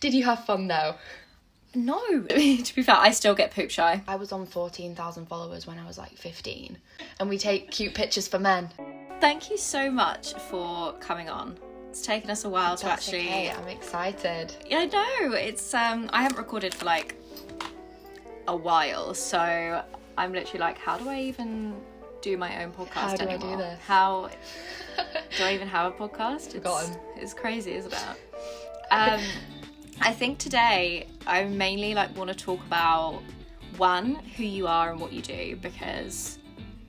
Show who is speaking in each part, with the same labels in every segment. Speaker 1: Did you have fun though?
Speaker 2: No, to be fair, I still get poop shy.
Speaker 1: I was on 14,000 followers when I was like 15, and we take cute pictures for men.
Speaker 2: Thank you so much for coming on. It's taken us a while to
Speaker 1: That's
Speaker 2: actually.
Speaker 1: okay, I'm excited.
Speaker 2: I know it's. Um, I haven't recorded for like a while, so I'm literally like, how do I even do my own podcast
Speaker 1: How do I do
Speaker 2: anymore?
Speaker 1: this?
Speaker 2: How do I even have a podcast? It's,
Speaker 1: Forgotten.
Speaker 2: it's crazy, isn't it? Um, I think today I mainly like want to talk about one who you are and what you do because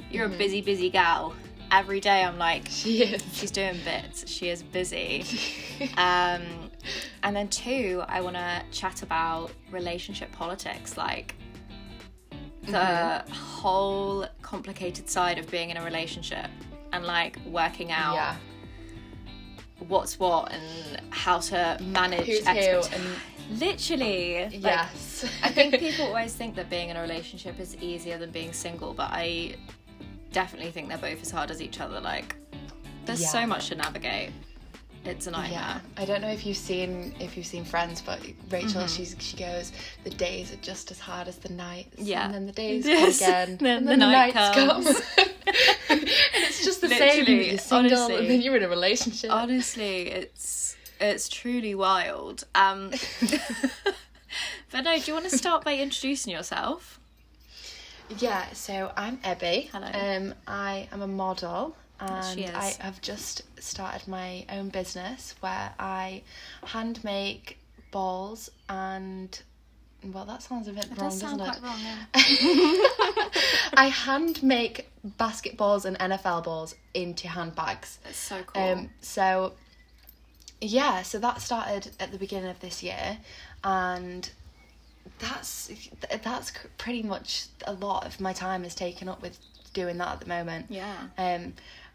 Speaker 2: you're
Speaker 1: Mm-hmm.
Speaker 2: a busy, busy gal. Every day I'm like,
Speaker 1: She is.
Speaker 2: she's doing bits. She is busy. um, and then two, I want to chat about relationship politics, like the
Speaker 1: Mm-hmm.
Speaker 2: whole complicated side of being in a relationship and like working out
Speaker 1: Yeah.
Speaker 2: what's what and how to manage
Speaker 1: Who's who
Speaker 2: expectations.
Speaker 1: and
Speaker 2: Literally, like,
Speaker 1: yes.
Speaker 2: I think people always think that being in a relationship is easier than being single, but I definitely think they're both as hard as each other. Like, there's so
Speaker 1: Yeah.
Speaker 2: much to navigate. It's a nightmare.
Speaker 1: Yeah, I don't know if you've seen if you've seen Friends, but Rachel,
Speaker 2: Mm-hmm.
Speaker 1: she's she goes, the days are just as hard as the nights.
Speaker 2: Yeah.
Speaker 1: and then the days
Speaker 2: Yes.
Speaker 1: come again,
Speaker 2: Then
Speaker 1: and
Speaker 2: the
Speaker 1: then the,
Speaker 2: night
Speaker 1: nights
Speaker 2: comes.
Speaker 1: come. and it's just the same.
Speaker 2: Literally,
Speaker 1: You're single,
Speaker 2: honestly. Oh,
Speaker 1: and then you're in a relationship.
Speaker 2: Honestly, it's it's truly wild. Um, but no, do you want to start by introducing yourself?
Speaker 1: Yeah, so I'm Ebby.
Speaker 2: Hello.
Speaker 1: Um, I am a model and
Speaker 2: she is.
Speaker 1: I have just started my own business where I hand make balls and well that sounds a bit wrong, doesn't it?
Speaker 2: wrong. Yeah.
Speaker 1: I hand make basketballs and NFL balls into handbags.
Speaker 2: It's so cool.
Speaker 1: Um, so yeah, so that started at the beginning of this year, and that's th- that's c- pretty much a lot of my time is taken up with doing that at the moment.
Speaker 2: yeah.
Speaker 1: Um,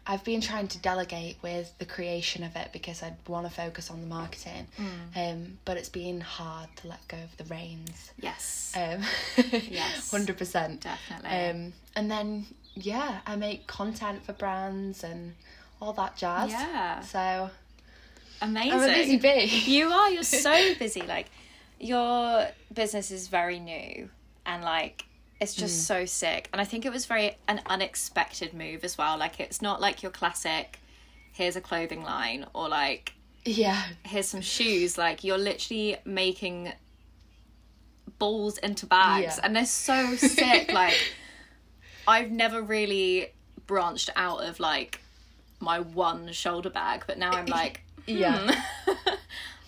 Speaker 1: I've been trying to delegate with the creation of it because I want to focus on the marketing,
Speaker 2: Mm.
Speaker 1: um, but it's been hard to let go of the reins.
Speaker 2: Yes.
Speaker 1: Um,
Speaker 2: Yes.
Speaker 1: hundred percent.
Speaker 2: definitely.
Speaker 1: Um, and then yeah, I make content for brands and all that jazz.
Speaker 2: Yeah.
Speaker 1: So
Speaker 2: Amazing.
Speaker 1: um, I'm a busy bee.
Speaker 2: You are. You're so busy. Like, your business is very new, and like, it's just
Speaker 1: Mm.
Speaker 2: so sick. And I think it was very an unexpected move as well. Like, it's not like your classic. Here's a clothing line, or like,
Speaker 1: yeah.
Speaker 2: here's some shoes. Like, you're literally making balls into bags,
Speaker 1: Yeah.
Speaker 2: and they're so sick. like, I've never really branched out of like my one shoulder bag, but now I'm like. Hmm.
Speaker 1: Yeah.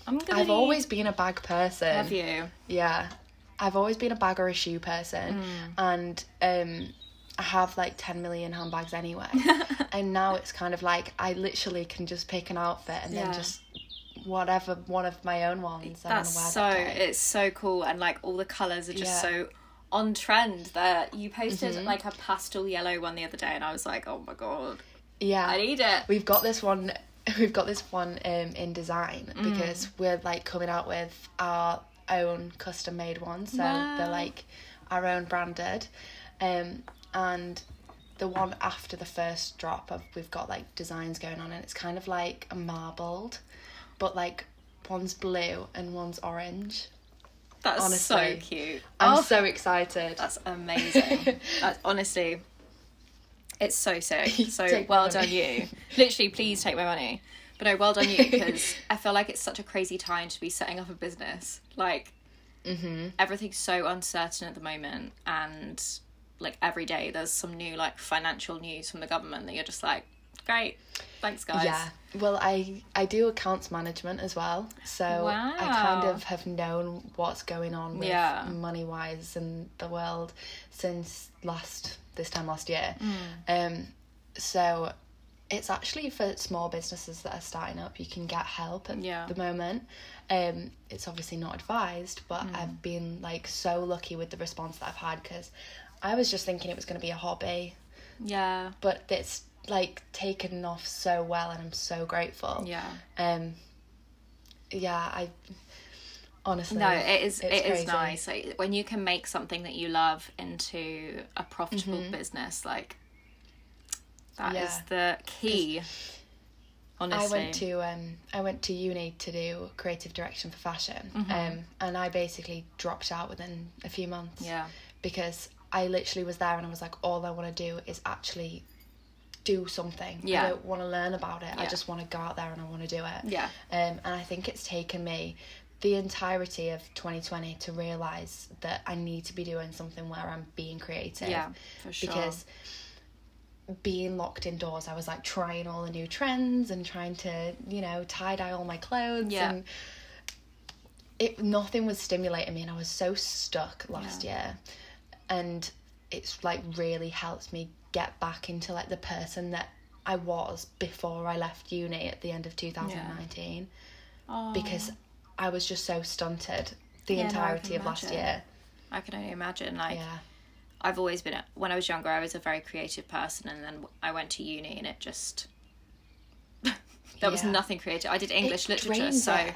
Speaker 2: I'm gonna.
Speaker 1: I've
Speaker 2: need-
Speaker 1: always been a bag person.
Speaker 2: have you.
Speaker 1: Yeah. I've always been a bag or a shoe
Speaker 2: Hmm.
Speaker 1: person and um I have like 10 million handbags anyway. and now it's kind of like I literally can just pick an outfit and
Speaker 2: Yeah.
Speaker 1: then just whatever one of my own ones I want
Speaker 2: That's
Speaker 1: to wear.
Speaker 2: so.
Speaker 1: that day.
Speaker 2: It's so cool, and like all the colors are just
Speaker 1: Yeah. Mm-hmm.
Speaker 2: so on trend. That you posted like a pastel yellow one the other day, and I was like, oh my god,
Speaker 1: yeah.
Speaker 2: I need it.
Speaker 1: we've got this one we've got this one um in design
Speaker 2: Mm.
Speaker 1: because we're like coming out with our own custom made ones so they're
Speaker 2: Wow.
Speaker 1: like our own branded um and the one after the first drop of we've got like designs going on and it's kind of like a marbled but like one's blue and one's orange
Speaker 2: That's so
Speaker 1: honestly,
Speaker 2: cute.
Speaker 1: i'm
Speaker 2: oh,
Speaker 1: so excited
Speaker 2: that's amazing. that's honestly, it's so sick. So
Speaker 1: Take my
Speaker 2: well done
Speaker 1: money.
Speaker 2: you. Literally, please take my money. But no, well done you because I feel like it's such a crazy time to be setting up a business. Like
Speaker 1: Mm-hmm.
Speaker 2: everything's so uncertain at the moment and like every day there's some new like financial news from the government that you're just like great thanks guys
Speaker 1: Yeah. Well, I I do accounts management as well, so I kind
Speaker 2: Wow.
Speaker 1: of have known what's going on with
Speaker 2: Yeah.
Speaker 1: money wise in the world since last this time last year.
Speaker 2: Mm.
Speaker 1: Um, so it's actually for small businesses that are starting up. You can get help at
Speaker 2: Yeah.
Speaker 1: the moment. Um, it's obviously not advised, but
Speaker 2: Mm.
Speaker 1: I've been like so lucky with the response that I've had because I was just thinking it was going to be a hobby
Speaker 2: yeah
Speaker 1: but it's like taken off so well and I'm so grateful.
Speaker 2: yeah
Speaker 1: Um yeah, I honestly
Speaker 2: no it is
Speaker 1: it's
Speaker 2: it is
Speaker 1: crazy.
Speaker 2: nice like, when you can make something that you love into a
Speaker 1: Mm-hmm.
Speaker 2: profitable business like that is
Speaker 1: Yeah.
Speaker 2: the key Honestly,
Speaker 1: I went to um, I went to uni to do creative direction for fashion,
Speaker 2: Mm-hmm.
Speaker 1: um, and I basically dropped out within a few months.
Speaker 2: yeah,
Speaker 1: because I literally was there and I was like, all I want to do is actually do something.
Speaker 2: Yeah.
Speaker 1: I don't want to learn about it. I
Speaker 2: Yeah.
Speaker 1: just want to go out there and I want to do it.
Speaker 2: yeah,
Speaker 1: Um, and I think it's taken me the entirety of 2020 to realize that I need to be doing something where I'm being creative
Speaker 2: yeah, for sure.
Speaker 1: because being locked indoors, I was like trying all the new trends and trying to, you know, tie dye all my clothes
Speaker 2: Yeah.
Speaker 1: and it nothing was stimulating me and I was so stuck last year. And it's like really helped me get back into like the person that I was before I left uni at the end of 2019
Speaker 2: Aw,
Speaker 1: because I was just so stunted the
Speaker 2: Yeah, no, I can
Speaker 1: entirety of last
Speaker 2: imagine.
Speaker 1: year.
Speaker 2: I can only imagine. Like,
Speaker 1: Yeah.
Speaker 2: I've always been a- when I was younger, I was a very creative person, and then I went to uni, and it just there was
Speaker 1: Yeah.
Speaker 2: nothing creative. I did English
Speaker 1: It
Speaker 2: literature,
Speaker 1: drains
Speaker 2: so
Speaker 1: it.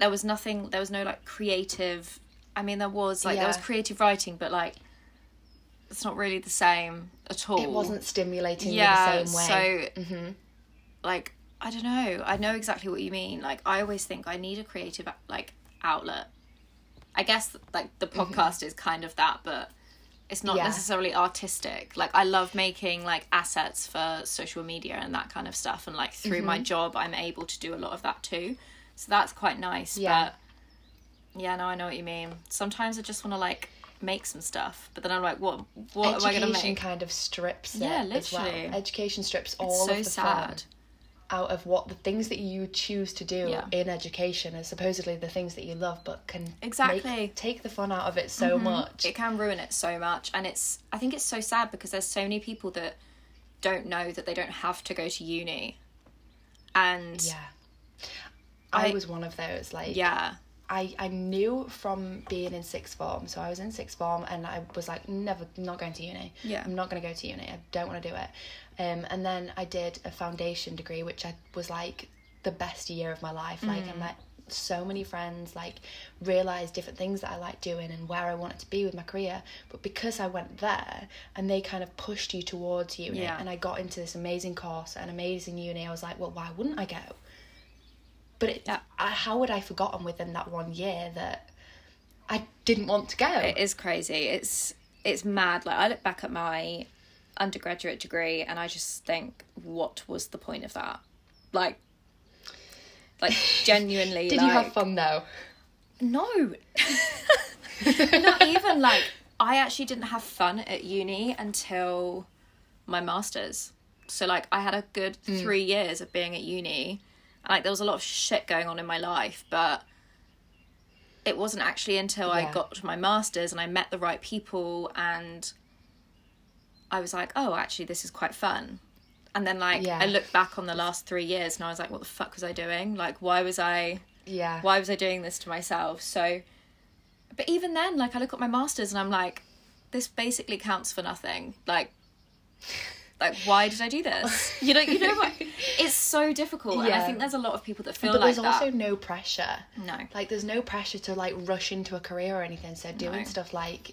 Speaker 2: there was nothing. There was no like creative. I mean, there was like there was
Speaker 1: Yeah.
Speaker 2: creative writing, but like it's not really the same at all.
Speaker 1: It wasn't stimulating
Speaker 2: Yeah.
Speaker 1: me the same way. Mm-hmm.
Speaker 2: So, like, I don't know. I know exactly what you mean. Like, I always think I need a creative like outlet. I guess like the podcast is kind of that, but it's not
Speaker 1: Mm-hmm. Yeah.
Speaker 2: necessarily artistic. Like, I love making like assets for social media and that kind of stuff, and like through my
Speaker 1: Mm-hmm.
Speaker 2: job, I'm able to do a lot of that too. So that's quite nice.
Speaker 1: Yeah.
Speaker 2: But yeah, no, I know what you mean. Sometimes I just want to like make some stuff, but then I'm like, what? What am I gonna
Speaker 1: education
Speaker 2: make?
Speaker 1: kind of strips
Speaker 2: Yeah,
Speaker 1: it as well.
Speaker 2: literally.
Speaker 1: Education strips all
Speaker 2: so
Speaker 1: of the fun
Speaker 2: sad.
Speaker 1: out of what the things that you choose to do
Speaker 2: Yeah.
Speaker 1: in education are supposedly the things that you love, but can make-
Speaker 2: Exactly. Mm-hmm.
Speaker 1: take the fun out of it so much.
Speaker 2: it can ruin it so much and it's i think it's so sad because there's so many people that don't know that they don't have to go to uni and yeah
Speaker 1: yeah, I,
Speaker 2: I-
Speaker 1: was one of those. Like,
Speaker 2: yeah,
Speaker 1: I I knew from being in sixth form, so I was in sixth form, and I was like, never, not going to uni.
Speaker 2: Yeah.
Speaker 1: I'm not going to go to uni. I don't want to do it. Um, and then I did a foundation degree, which I was like the best year of my life. Like
Speaker 2: Mm.
Speaker 1: I met so many friends, like realized different things that I liked doing and where I wanted to be with my career. But because I went there, and they kind of pushed you towards uni,
Speaker 2: Yeah.
Speaker 1: and I got into this amazing course, an amazing uni. I was like, well, why wouldn't I go? But it,
Speaker 2: Yeah.
Speaker 1: I, how would I forgotten within that one year that I didn't want to go?
Speaker 2: it is crazy it's it's mad like i look back at my undergraduate degree and i just think what was the point of that like like genuinely
Speaker 1: Did
Speaker 2: like,
Speaker 1: you have fun though?
Speaker 2: No. Not even like I actually didn't have fun at uni until my masters. So like I had a good
Speaker 1: Hmm.
Speaker 2: 3 years of being at uni. And, like there was a lot of shit going on in my life, but it wasn't actually until I
Speaker 1: Yeah.
Speaker 2: got to my masters and I met the right people and I was like, "Oh, actually this is quite fun." And then like
Speaker 1: Yeah.
Speaker 2: I looked back on the last 3 years and I was like, "What the fuck was I doing? Like why was I
Speaker 1: Yeah.
Speaker 2: why was I doing this to myself? So, but even then, like, I look at my masters and I'm like, this basically counts for nothing. Like, like why did I do this? You know, you know what? It's so difficult, and I
Speaker 1: Yeah.
Speaker 2: think there's a lot of people that feel
Speaker 1: But
Speaker 2: like
Speaker 1: there's
Speaker 2: that.
Speaker 1: also no pressure.
Speaker 2: no,
Speaker 1: Like there's no pressure to like rush into a career or anything. So doing
Speaker 2: No.
Speaker 1: stuff like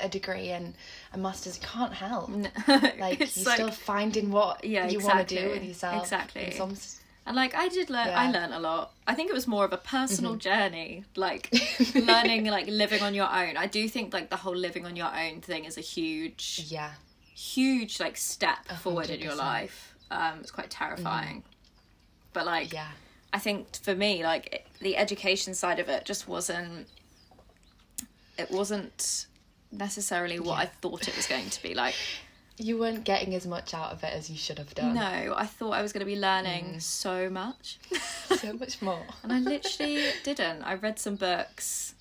Speaker 1: a degree and a master's can't help. Like
Speaker 2: like,
Speaker 1: you're still finding what
Speaker 2: Yeah,
Speaker 1: you want to do
Speaker 2: exactly.
Speaker 1: with yourself.
Speaker 2: Exactly.
Speaker 1: In some s-
Speaker 2: And like I did learn, I
Speaker 1: Yeah. Mm-hmm.
Speaker 2: learned a lot. I think it was more of a personal journey, like learning, like living on your own. I do think like the whole living on your own thing is a huge
Speaker 1: yeah.
Speaker 2: huge like step forward in your
Speaker 1: 100%.
Speaker 2: life. Um, it's quite terrifying, but like
Speaker 1: Yeah.
Speaker 2: I think for me, like it, the education side of it just wasn't. It wasn't necessarily what I thought it was going to be like.
Speaker 1: You weren't getting as much out of it as you should have done.
Speaker 2: No, I thought I was going to be learning so much,
Speaker 1: So much more.
Speaker 2: and I literally didn't. I read some books.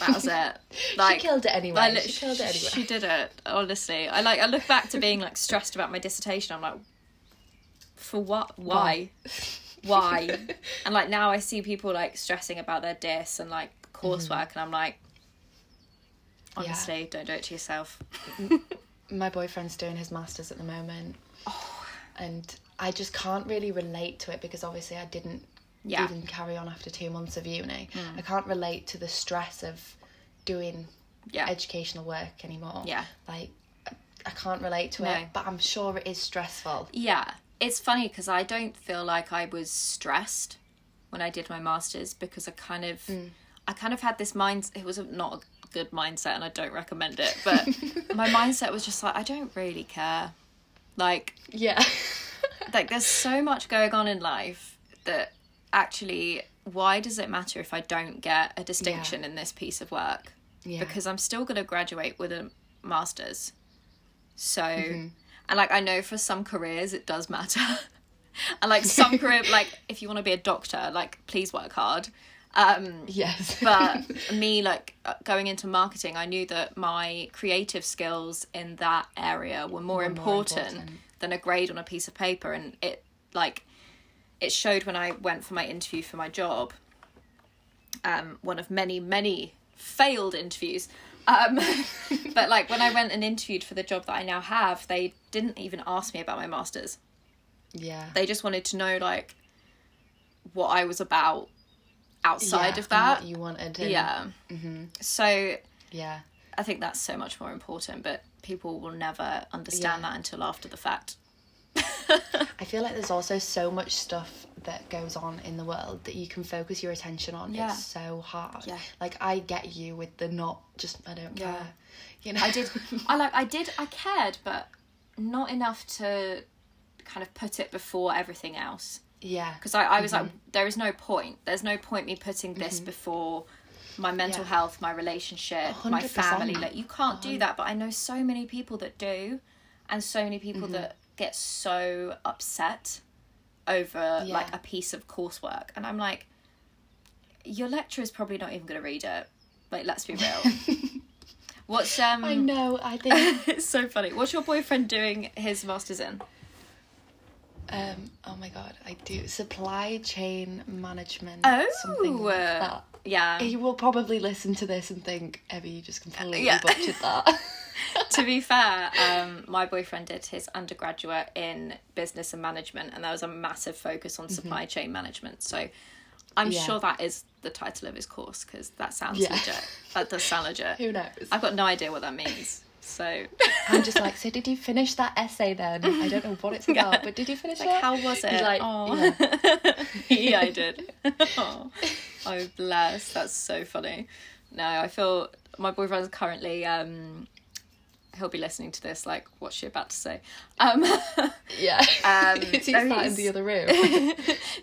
Speaker 2: That was it. Like
Speaker 1: she killed it anyway.
Speaker 2: I lit-
Speaker 1: she killed it anyway.
Speaker 2: she did it. Honestly, I like. I look back to being like stressed about my dissertation. I'm like, for what? Why? Why? and like now, I see people like stressing about their dis and like coursework, and I'm like,
Speaker 1: Mm-hmm. Yeah.
Speaker 2: honestly, don't do it to yourself.
Speaker 1: my boyfriend's doing his masters at the moment
Speaker 2: Oh.
Speaker 1: and i just can't really relate to it because obviously i didn't
Speaker 2: Yeah. Hmm.
Speaker 1: even carry on after two months of uni i can't relate to the stress of doing
Speaker 2: Yeah.
Speaker 1: educational work anymore
Speaker 2: Yeah.
Speaker 1: like i I can't relate to
Speaker 2: No.
Speaker 1: it but i'm sure it is stressful
Speaker 2: yeah. it's funny because I don't feel like I was stressed when I did my masters because I kind of I kind of had this mind it was a, not a good mindset and I don't recommend it but my mindset was just like I don't really care like
Speaker 1: Yeah.
Speaker 2: like there's so much going on in life that actually why does it matter if I don't get a distinction in this piece of work
Speaker 1: yeah.
Speaker 2: because I'm still going to graduate with a master's. So, and like I know for some careers it does matter. and like some career, like if you want to be a doctor, like please work hard. Um,
Speaker 1: yes.
Speaker 2: but me, like uh, going into marketing, I knew that my creative skills in that area were more, important,
Speaker 1: important.
Speaker 2: than a grade on a piece of paper. And it, like, it showed when I went for my interview for my job, um, one of many, many failed interviews. Um, but like when I went and interviewed for the job that I now have, they didn't even ask me about my masters.
Speaker 1: yeah.
Speaker 2: They just wanted to know like what I was about outside
Speaker 1: Yeah,
Speaker 2: of that.
Speaker 1: and what you wanted. and-
Speaker 2: Yeah. So I
Speaker 1: Yeah.
Speaker 2: think that's so much more important, but people will never understand
Speaker 1: Yeah.
Speaker 2: that until after the fact.
Speaker 1: I feel like there's also so much stuff that goes on in the world that you can focus your attention on.
Speaker 2: Yeah.
Speaker 1: It's so hard.
Speaker 2: Yeah.
Speaker 1: Like I get you with the not just I don't
Speaker 2: Yeah.
Speaker 1: care. You know.
Speaker 2: I did. I like. I did. I cared, but not enough to kind of put it before everything else.
Speaker 1: yeah.
Speaker 2: Because I, I was
Speaker 1: Mm-hmm.
Speaker 2: like, there is no point. There's no point me putting this before my mental
Speaker 1: Yeah.
Speaker 2: health, my relationship, my
Speaker 1: 100%.
Speaker 2: family. Like you can't do that. But I know so many people that do, and so many people
Speaker 1: Mm-hmm.
Speaker 2: that get so upset over
Speaker 1: Yeah.
Speaker 2: like a piece of coursework, and I'm like, your lecturer's probably not even gonna read it. Like, let's be real. What's um?
Speaker 1: I know. I think.
Speaker 2: it's so funny. What's your boyfriend doing his masters in?
Speaker 1: um. Oh my god. I do supply chain management.
Speaker 2: Oh,
Speaker 1: Something like that.
Speaker 2: yeah.
Speaker 1: He will probably listen to this and think, Evie, you just completely
Speaker 2: Yeah.
Speaker 1: butchered that.
Speaker 2: to be fair, um, my boyfriend did his undergraduate in business and management, and there was a massive focus on supply chain management. So I'm
Speaker 1: Mm-hmm. Yeah.
Speaker 2: sure that is the title of his course because that sounds
Speaker 1: Yeah.
Speaker 2: legit. That does sound legit.
Speaker 1: Who knows?
Speaker 2: I've got no idea what that means. So,
Speaker 1: I'm just like, so did you finish that essay then? I don't know what it's about, but did you finish
Speaker 2: like,
Speaker 1: it?
Speaker 2: how was it?
Speaker 1: He's like,
Speaker 2: oh, yeah. I did. oh, oh, bless. That's so funny. No, I feel my boyfriend's currently. Um, he'll be listening to this. Like, what's she about to say? Um,
Speaker 1: Yeah.
Speaker 2: Um,
Speaker 1: He's
Speaker 2: no,
Speaker 1: sat in
Speaker 2: he's-
Speaker 1: the other room.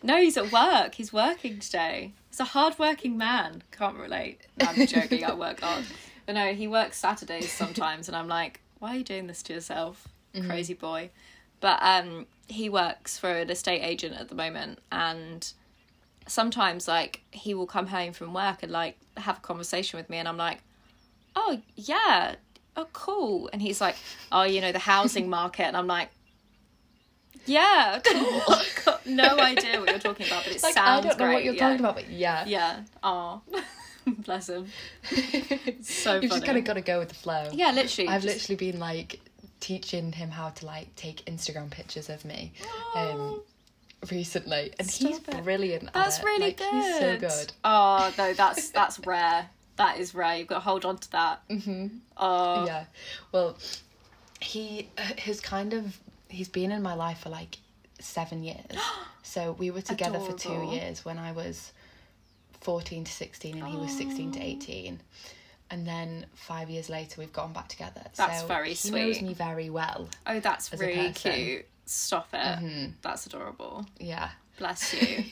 Speaker 2: no, he's at work. He's working today. He's a hard-working man. Can't relate. No, I'm joking. I work hard, but no, he works Saturdays sometimes, and I'm like, why are you doing this to yourself, crazy boy? But um, he works for an estate agent at the moment, and sometimes like he will come home from work and like have a conversation with me, and I'm like, oh yeah, oh cool, and he's like, oh you know the housing market, and I'm like. Yeah, cool. I've got no idea what you're talking about, but it
Speaker 1: Like, I
Speaker 2: sounds
Speaker 1: don't know
Speaker 2: great.
Speaker 1: what you're
Speaker 2: yeah.
Speaker 1: talking about, but yeah.
Speaker 2: Yeah. Oh, bless him. So
Speaker 1: You've just
Speaker 2: funny.
Speaker 1: kind of got to go with the flow.
Speaker 2: Yeah, literally.
Speaker 1: I've
Speaker 2: just-
Speaker 1: literally been like teaching him how to like take Instagram pictures of me um,
Speaker 2: Oh,
Speaker 1: recently, and
Speaker 2: Stop
Speaker 1: he's
Speaker 2: it.
Speaker 1: brilliant. at
Speaker 2: that's
Speaker 1: it.
Speaker 2: really
Speaker 1: Like,
Speaker 2: good.
Speaker 1: He's so good.
Speaker 2: Oh no, that's that's rare. That is rare. You've got to hold on to that. Mm-hmm. Oh
Speaker 1: yeah well he has kind of he's been in my life for like seven years so we were together for two
Speaker 2: Adorable.
Speaker 1: years when i was 14 to 16 and he was 16
Speaker 2: Oh.
Speaker 1: to 18 and then five years later we've gone back together
Speaker 2: That's
Speaker 1: so
Speaker 2: very
Speaker 1: he knows
Speaker 2: sweet.
Speaker 1: me very well
Speaker 2: oh, that's
Speaker 1: a
Speaker 2: really
Speaker 1: person. Mm-hmm.
Speaker 2: cute. Stop it. That's adorable.
Speaker 1: yeah
Speaker 2: Bless you.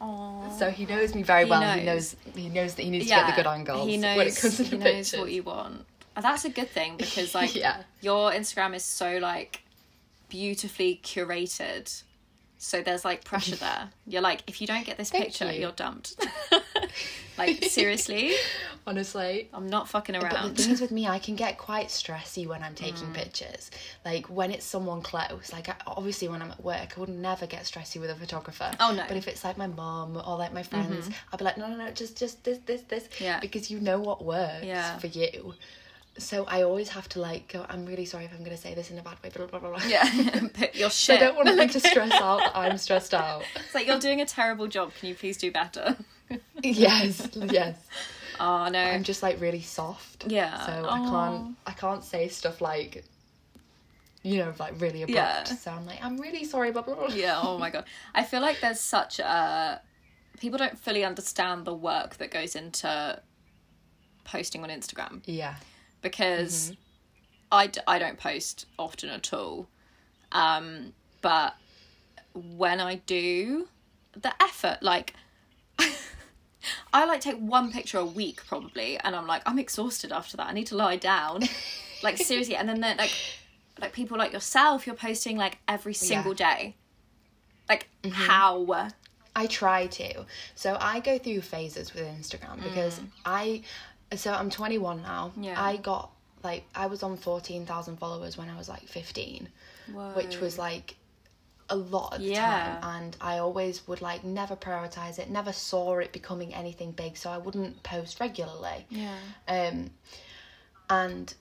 Speaker 2: Oh.
Speaker 1: so he knows me very
Speaker 2: He
Speaker 1: well he
Speaker 2: knows.
Speaker 1: knows he knows that he needs to
Speaker 2: yeah,
Speaker 1: get the good angles
Speaker 2: He knows,
Speaker 1: when it comes to the
Speaker 2: he knows
Speaker 1: pictures
Speaker 2: what you want. And that's a good thing because like
Speaker 1: Yeah.
Speaker 2: your Instagram is so like beautifully curated. So there's like pressure there. You're like, if you don't get this
Speaker 1: Thank
Speaker 2: picture,
Speaker 1: you.
Speaker 2: you. are dumped. like seriously,
Speaker 1: honestly
Speaker 2: I'm not fucking
Speaker 1: But the thing
Speaker 2: around. Mm.
Speaker 1: is with me, I can get quite stressy when I'm taking pictures. Like when it's someone close. Like I, obviously when I'm at work, I would never get stressy with a photographer.
Speaker 2: Oh, no. Mm-hmm.
Speaker 1: But if it's like my mom or like my friends, I'd be like, no, no, no, just just this, this, this.
Speaker 2: Yeah.
Speaker 1: Because you know what works
Speaker 2: Yeah.
Speaker 1: for you. So I always have to like go. I'm really sorry if I'm going to say this in a bad way. Blah blah blah. blah.
Speaker 2: Yeah, put your
Speaker 1: I
Speaker 2: shit.
Speaker 1: don't want them to stress out that I'm stressed out.
Speaker 2: It's like you're doing a terrible job. Can you please do better?
Speaker 1: Yes, yes.
Speaker 2: Oh no.
Speaker 1: I'm just like really soft.
Speaker 2: Yeah.
Speaker 1: So I can't I can't say stuff like you know, like really abrupt.
Speaker 2: Yeah.
Speaker 1: So I'm like, I'm really sorry, blah blah blah.
Speaker 2: Yeah, oh my god. I feel like there's such a people don't fully understand the work that goes into posting on Instagram
Speaker 1: Yeah.
Speaker 2: because
Speaker 1: Mm-hmm.
Speaker 2: I, d- I don't post often at all. Um, but when I do, the effort, like, I like take one picture a week probably, and I'm like, I'm exhausted after that. I need to lie down. like, seriously. And then, they're, like, like people like yourself, you're posting like every single day. Like,
Speaker 1: Mm-hmm.
Speaker 2: how?
Speaker 1: I try to. So I go through phases with Instagram because I so I'm 21 now.
Speaker 2: Mm. Yeah.
Speaker 1: I got like I was on 14,000 followers when I was like 15, which was like a lot at the
Speaker 2: Oh. Yeah.
Speaker 1: time and I always would like never prioritize it, never saw it becoming anything big, so I wouldn't post regularly.
Speaker 2: Yeah.
Speaker 1: Um and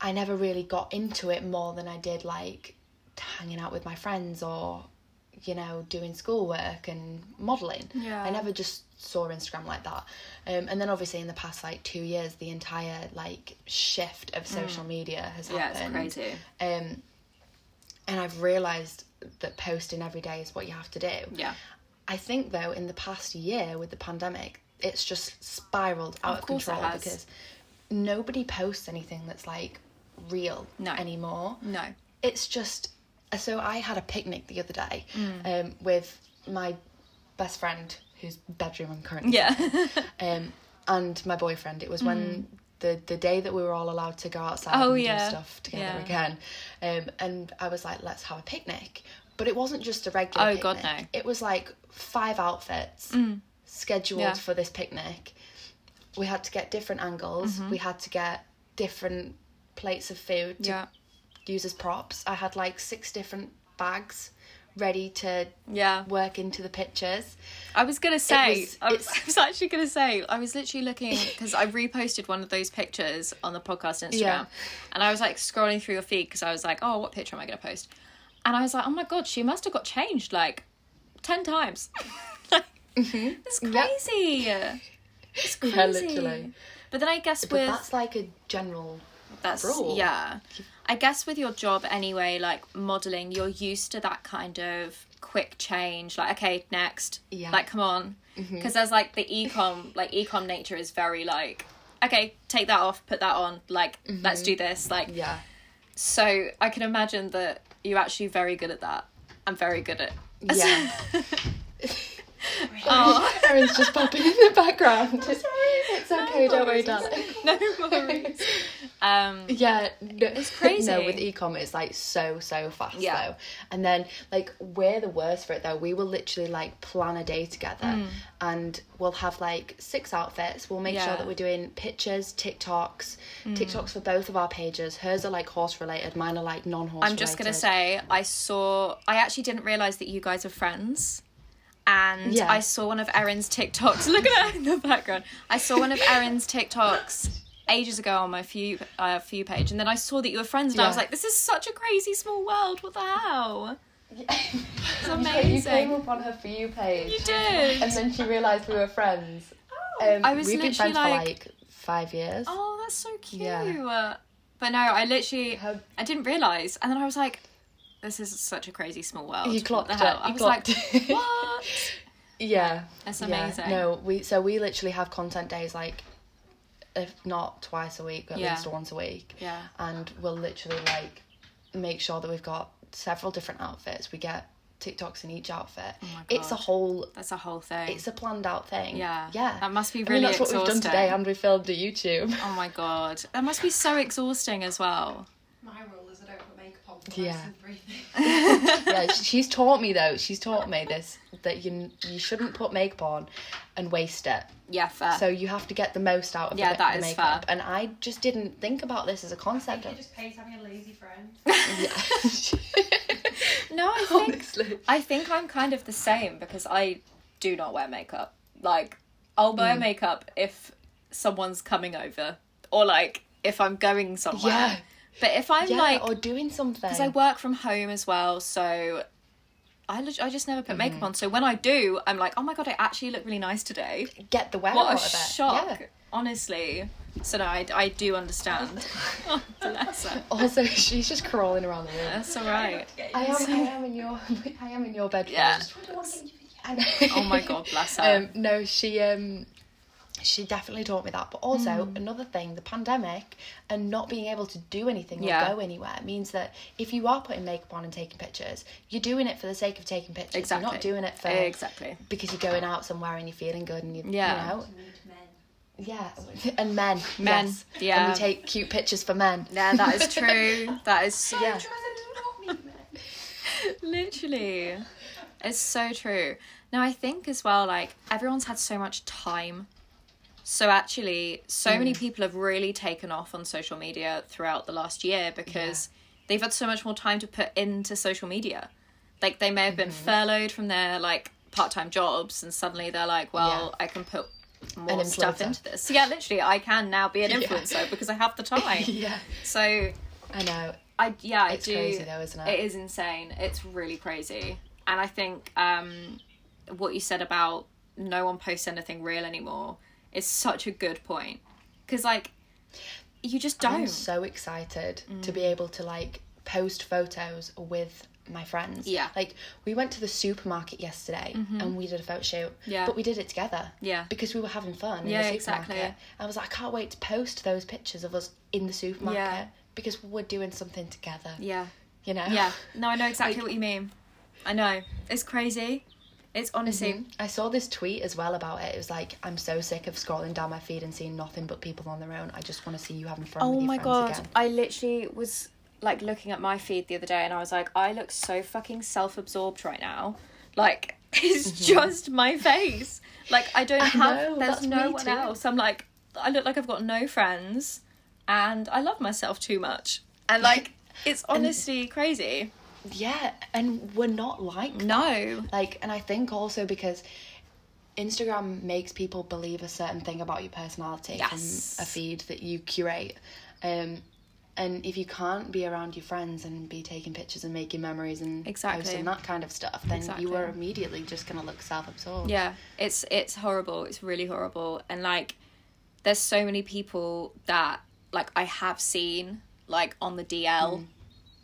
Speaker 1: I never really got into it more than I did like hanging out with my friends or you know doing schoolwork and modeling.
Speaker 2: Yeah.
Speaker 1: I never just saw Instagram like that. Um, and then obviously in the past like two years, the entire like shift of social media has
Speaker 2: Mm. Yeah, it's
Speaker 1: happened.
Speaker 2: crazy.
Speaker 1: Um, and I've realised that posting every day is what you have to do.
Speaker 2: Yeah.
Speaker 1: I think though in the past year with the pandemic, it's just spiraled out of,
Speaker 2: course it
Speaker 1: control
Speaker 2: has.
Speaker 1: because nobody posts anything that's like real
Speaker 2: No.
Speaker 1: anymore.
Speaker 2: No.
Speaker 1: It's just so I had a picnic the other day
Speaker 2: Mm.
Speaker 1: um, with my best friend whose bedroom I'm currently
Speaker 2: Yeah.
Speaker 1: um, and my boyfriend. It was when the the day that we were all allowed to go outside
Speaker 2: Hmm. Oh,
Speaker 1: and
Speaker 2: yeah.
Speaker 1: do stuff together
Speaker 2: Yeah.
Speaker 1: again. Um, and I was like, let's have a picnic. But it wasn't just a regular.
Speaker 2: Oh,
Speaker 1: picnic.
Speaker 2: God, no. Hmm.
Speaker 1: It was like five outfits scheduled
Speaker 2: Yeah.
Speaker 1: for this picnic. We had to get different angles.
Speaker 2: Mm-hmm.
Speaker 1: We had to get different plates of food to
Speaker 2: yeah.
Speaker 1: use as props. I had like six different bags ready to
Speaker 2: Yeah.
Speaker 1: work into the pictures.
Speaker 2: I was gonna say,
Speaker 1: was-
Speaker 2: I, was,
Speaker 1: it's-
Speaker 2: I was actually gonna say, I was literally looking because I reposted one of those pictures on the podcast Instagram,
Speaker 1: Yeah.
Speaker 2: and I was like scrolling through your feed because I was like, oh, what picture am I gonna post? And I was like, oh my god, she must have got changed like ten times. like,
Speaker 1: Mm-hmm.
Speaker 2: it's crazy. It's crazy.
Speaker 1: Yeah, literally.
Speaker 2: But then I guess
Speaker 1: But
Speaker 2: with
Speaker 1: that's like a general
Speaker 2: that's
Speaker 1: rule.
Speaker 2: yeah. I guess with your job anyway, like modeling, you're used to that kind of quick change. Like, okay, next.
Speaker 1: Yeah. Mm-hmm.
Speaker 2: Like, come on, because there's like the ecom, like ecom nature is very like, okay, take that off, put that on, like, let's do this, like.
Speaker 1: Mm-hmm. yeah.
Speaker 2: So I can imagine that you're actually very good at that. I'm very good at.
Speaker 1: Yeah.
Speaker 2: oh,
Speaker 1: Erin's just popping in the background. It's okay, don't worry,
Speaker 2: worries.
Speaker 1: darling.
Speaker 2: no worries. Um,
Speaker 1: Yeah, no, it's
Speaker 2: crazy.
Speaker 1: no, with ecom, it's like so so fast
Speaker 2: Yeah.
Speaker 1: though. And then like we're the worst for it though. We will literally like plan a day together,
Speaker 2: Mm.
Speaker 1: and we'll have like six outfits. We'll make
Speaker 2: Yeah. Mm.
Speaker 1: sure that we're doing pictures, TikToks, TikToks for both of our pages. Hers are like horse related. Mine are like non horse.
Speaker 2: I'm just gonna say I saw I actually didn't realise that you guys are friends. And
Speaker 1: Yeah.
Speaker 2: I saw one of Erin's TikToks. Look at her in the background. I saw one of Erin's TikToks ages ago on my few uh, few page, and then I saw that you were friends, and I was
Speaker 1: Yeah.
Speaker 2: like, "This is such a crazy small world. What the hell?
Speaker 1: it's You
Speaker 2: amazing.
Speaker 1: came up on her for you page,
Speaker 2: You did. Oh.
Speaker 1: and then she realised we were friends. Um,
Speaker 2: I was
Speaker 1: we've been
Speaker 2: literally
Speaker 1: friends
Speaker 2: like-
Speaker 1: for like five years.
Speaker 2: Oh, that's so cute.
Speaker 1: Yeah.
Speaker 2: But no, I literally
Speaker 1: How-
Speaker 2: I didn't realise, and then I was like, "This is such a crazy small world.
Speaker 1: You
Speaker 2: What the
Speaker 1: clocked
Speaker 2: hell?
Speaker 1: it.
Speaker 2: I
Speaker 1: You
Speaker 2: was
Speaker 1: clocked
Speaker 2: like,
Speaker 1: it.
Speaker 2: "What?
Speaker 1: Yeah.
Speaker 2: That's
Speaker 1: yeah.
Speaker 2: amazing.
Speaker 1: No, we so we literally have content days like if not twice a week, at
Speaker 2: Yeah.
Speaker 1: least once a week.
Speaker 2: Yeah.
Speaker 1: And we'll literally like make sure that we've got several different outfits. We get TikToks in each outfit.
Speaker 2: Oh my
Speaker 1: It's a
Speaker 2: God.
Speaker 1: whole
Speaker 2: That's a whole thing.
Speaker 1: it's a planned out thing.
Speaker 2: Yeah.
Speaker 1: Yeah.
Speaker 2: That must be
Speaker 1: I mean,
Speaker 2: really
Speaker 1: that's what we've done today
Speaker 2: exhausting.
Speaker 1: and we filmed a YouTube.
Speaker 2: Oh my god, that must be so exhausting as well.
Speaker 3: My rule is I don't put makeup on for
Speaker 1: Yeah.
Speaker 3: yeah. breathing.
Speaker 1: yeah, sh- she's taught me though. She's taught me this that you n- you shouldn't put makeup on and waste it.
Speaker 2: Yeah, fair.
Speaker 1: So you have to get the most out of
Speaker 2: Yeah,
Speaker 1: the,
Speaker 2: that
Speaker 1: the
Speaker 2: is
Speaker 1: makeup.
Speaker 2: fair.
Speaker 1: And I just didn't think about this as a concept.
Speaker 3: It just pays having a lazy friend.
Speaker 2: no, I think
Speaker 1: Honestly.
Speaker 2: I think I'm kind of the same because I do not wear makeup. Like I'll wear makeup if someone's coming over or like if I'm going somewhere.
Speaker 1: Yeah.
Speaker 2: But if I'm
Speaker 1: Yeah,
Speaker 2: like
Speaker 1: or doing something.
Speaker 2: because I work from home as well, so I leg- I just never put makeup on. So when I do, I'm like, "Oh my god, I actually look really nice today."
Speaker 1: Get the wear out
Speaker 2: What a
Speaker 1: of it.
Speaker 2: shock.
Speaker 1: Yeah.
Speaker 2: Honestly. So no, I, I do understand. oh, bless her.
Speaker 1: Also, she's just crawling around the room.
Speaker 2: That's all right.
Speaker 1: I am, I am in your, I am in your bed. for
Speaker 2: Yeah.
Speaker 1: just- I know.
Speaker 2: Oh my God, bless her.
Speaker 1: Um, no, she, um, she definitely taught me that. But also
Speaker 2: Hmm.
Speaker 1: another thing, the pandemic and not being able to do anything
Speaker 2: Yeah.
Speaker 1: or go anywhere means that if you are putting makeup on and taking pictures, you're doing it for the sake of taking pictures. You're not
Speaker 2: Exactly.
Speaker 1: doing it for
Speaker 2: Exactly.
Speaker 1: because you're going out somewhere and you're feeling good and you,
Speaker 2: Yeah.
Speaker 1: you know, yeah, and men,
Speaker 2: Men,
Speaker 1: yes.
Speaker 2: yeah.
Speaker 1: and we take cute pitures for men.
Speaker 2: Yeah, that is true. that is
Speaker 1: Yeah.
Speaker 2: literally. It's so true. Now I think as well, like everyone's had so much time. So actually, so
Speaker 1: Mm.
Speaker 2: many people have really taken off on social media throughout the last year because they've had so much more time to put into social media. Like they may have been
Speaker 1: Mm-hmm.
Speaker 2: furloughed from their like part-time jobs and suddenly they're like, well, I can put more stuff
Speaker 1: influencer.
Speaker 2: into this. So yeah, literally, I can now be an influencer because I have the time.
Speaker 1: yeah,
Speaker 2: So
Speaker 1: I know.
Speaker 2: I yeah, I
Speaker 1: It's
Speaker 2: do.
Speaker 1: crazy though, isn't it?
Speaker 2: It is insane. It's really crazy. And I think um, what you said about no one posts anything real anymore is such a good point because like you just
Speaker 1: I'm
Speaker 2: don't.
Speaker 1: so excited
Speaker 2: Mm.
Speaker 1: to be able to like post photos with my friends.
Speaker 2: Yeah. Mm-hmm.
Speaker 1: Like we went to the supermarket yesterday and we did a photo shoot.
Speaker 2: Yeah.
Speaker 1: But we did it together.
Speaker 2: Yeah.
Speaker 1: Because we were having fun in
Speaker 2: Yeah,
Speaker 1: the supermarket.
Speaker 2: exactly.
Speaker 1: I was like, I can't wait to post those pictures of us in the supermarket
Speaker 2: Yeah.
Speaker 1: because we're doing something together.
Speaker 2: yeah,
Speaker 1: You know?
Speaker 2: yeah. No, I know exactly what you mean. I know it's crazy. It's honestly
Speaker 1: I saw this tweet as well about it. It was like, I'm so sick of scrolling down my feed and seeing nothing but people on their own. I just want to see you having fun with
Speaker 2: Oh
Speaker 1: your
Speaker 2: my
Speaker 1: friends
Speaker 2: god!
Speaker 1: again.
Speaker 2: I literally was like looking at my feed the other day, and I was like, I look so fucking self-absorbed right now. Like it's just my face. Like I don't have.
Speaker 1: Mm-hmm. know,
Speaker 2: there's
Speaker 1: that's
Speaker 2: no
Speaker 1: me
Speaker 2: one
Speaker 1: too.
Speaker 2: else. I'm like, I look like I've got no friends, and I love myself too much. And like, it's honestly crazy.
Speaker 1: Yeah, and we're not like
Speaker 2: No.
Speaker 1: like and i think also because instagram makes people believe a certain thing about your personality
Speaker 2: Yes.
Speaker 1: from a feed that you curate um and if you can't be around your friends and be taking pictures and making memories and
Speaker 2: Exactly.
Speaker 1: posting that kind of stuff then
Speaker 2: Exactly.
Speaker 1: you are immediately just going to look self-absorbed
Speaker 2: Yeah, it's it's horrible. It's really horrible. And like there's so many people that like I have seen like on the DL,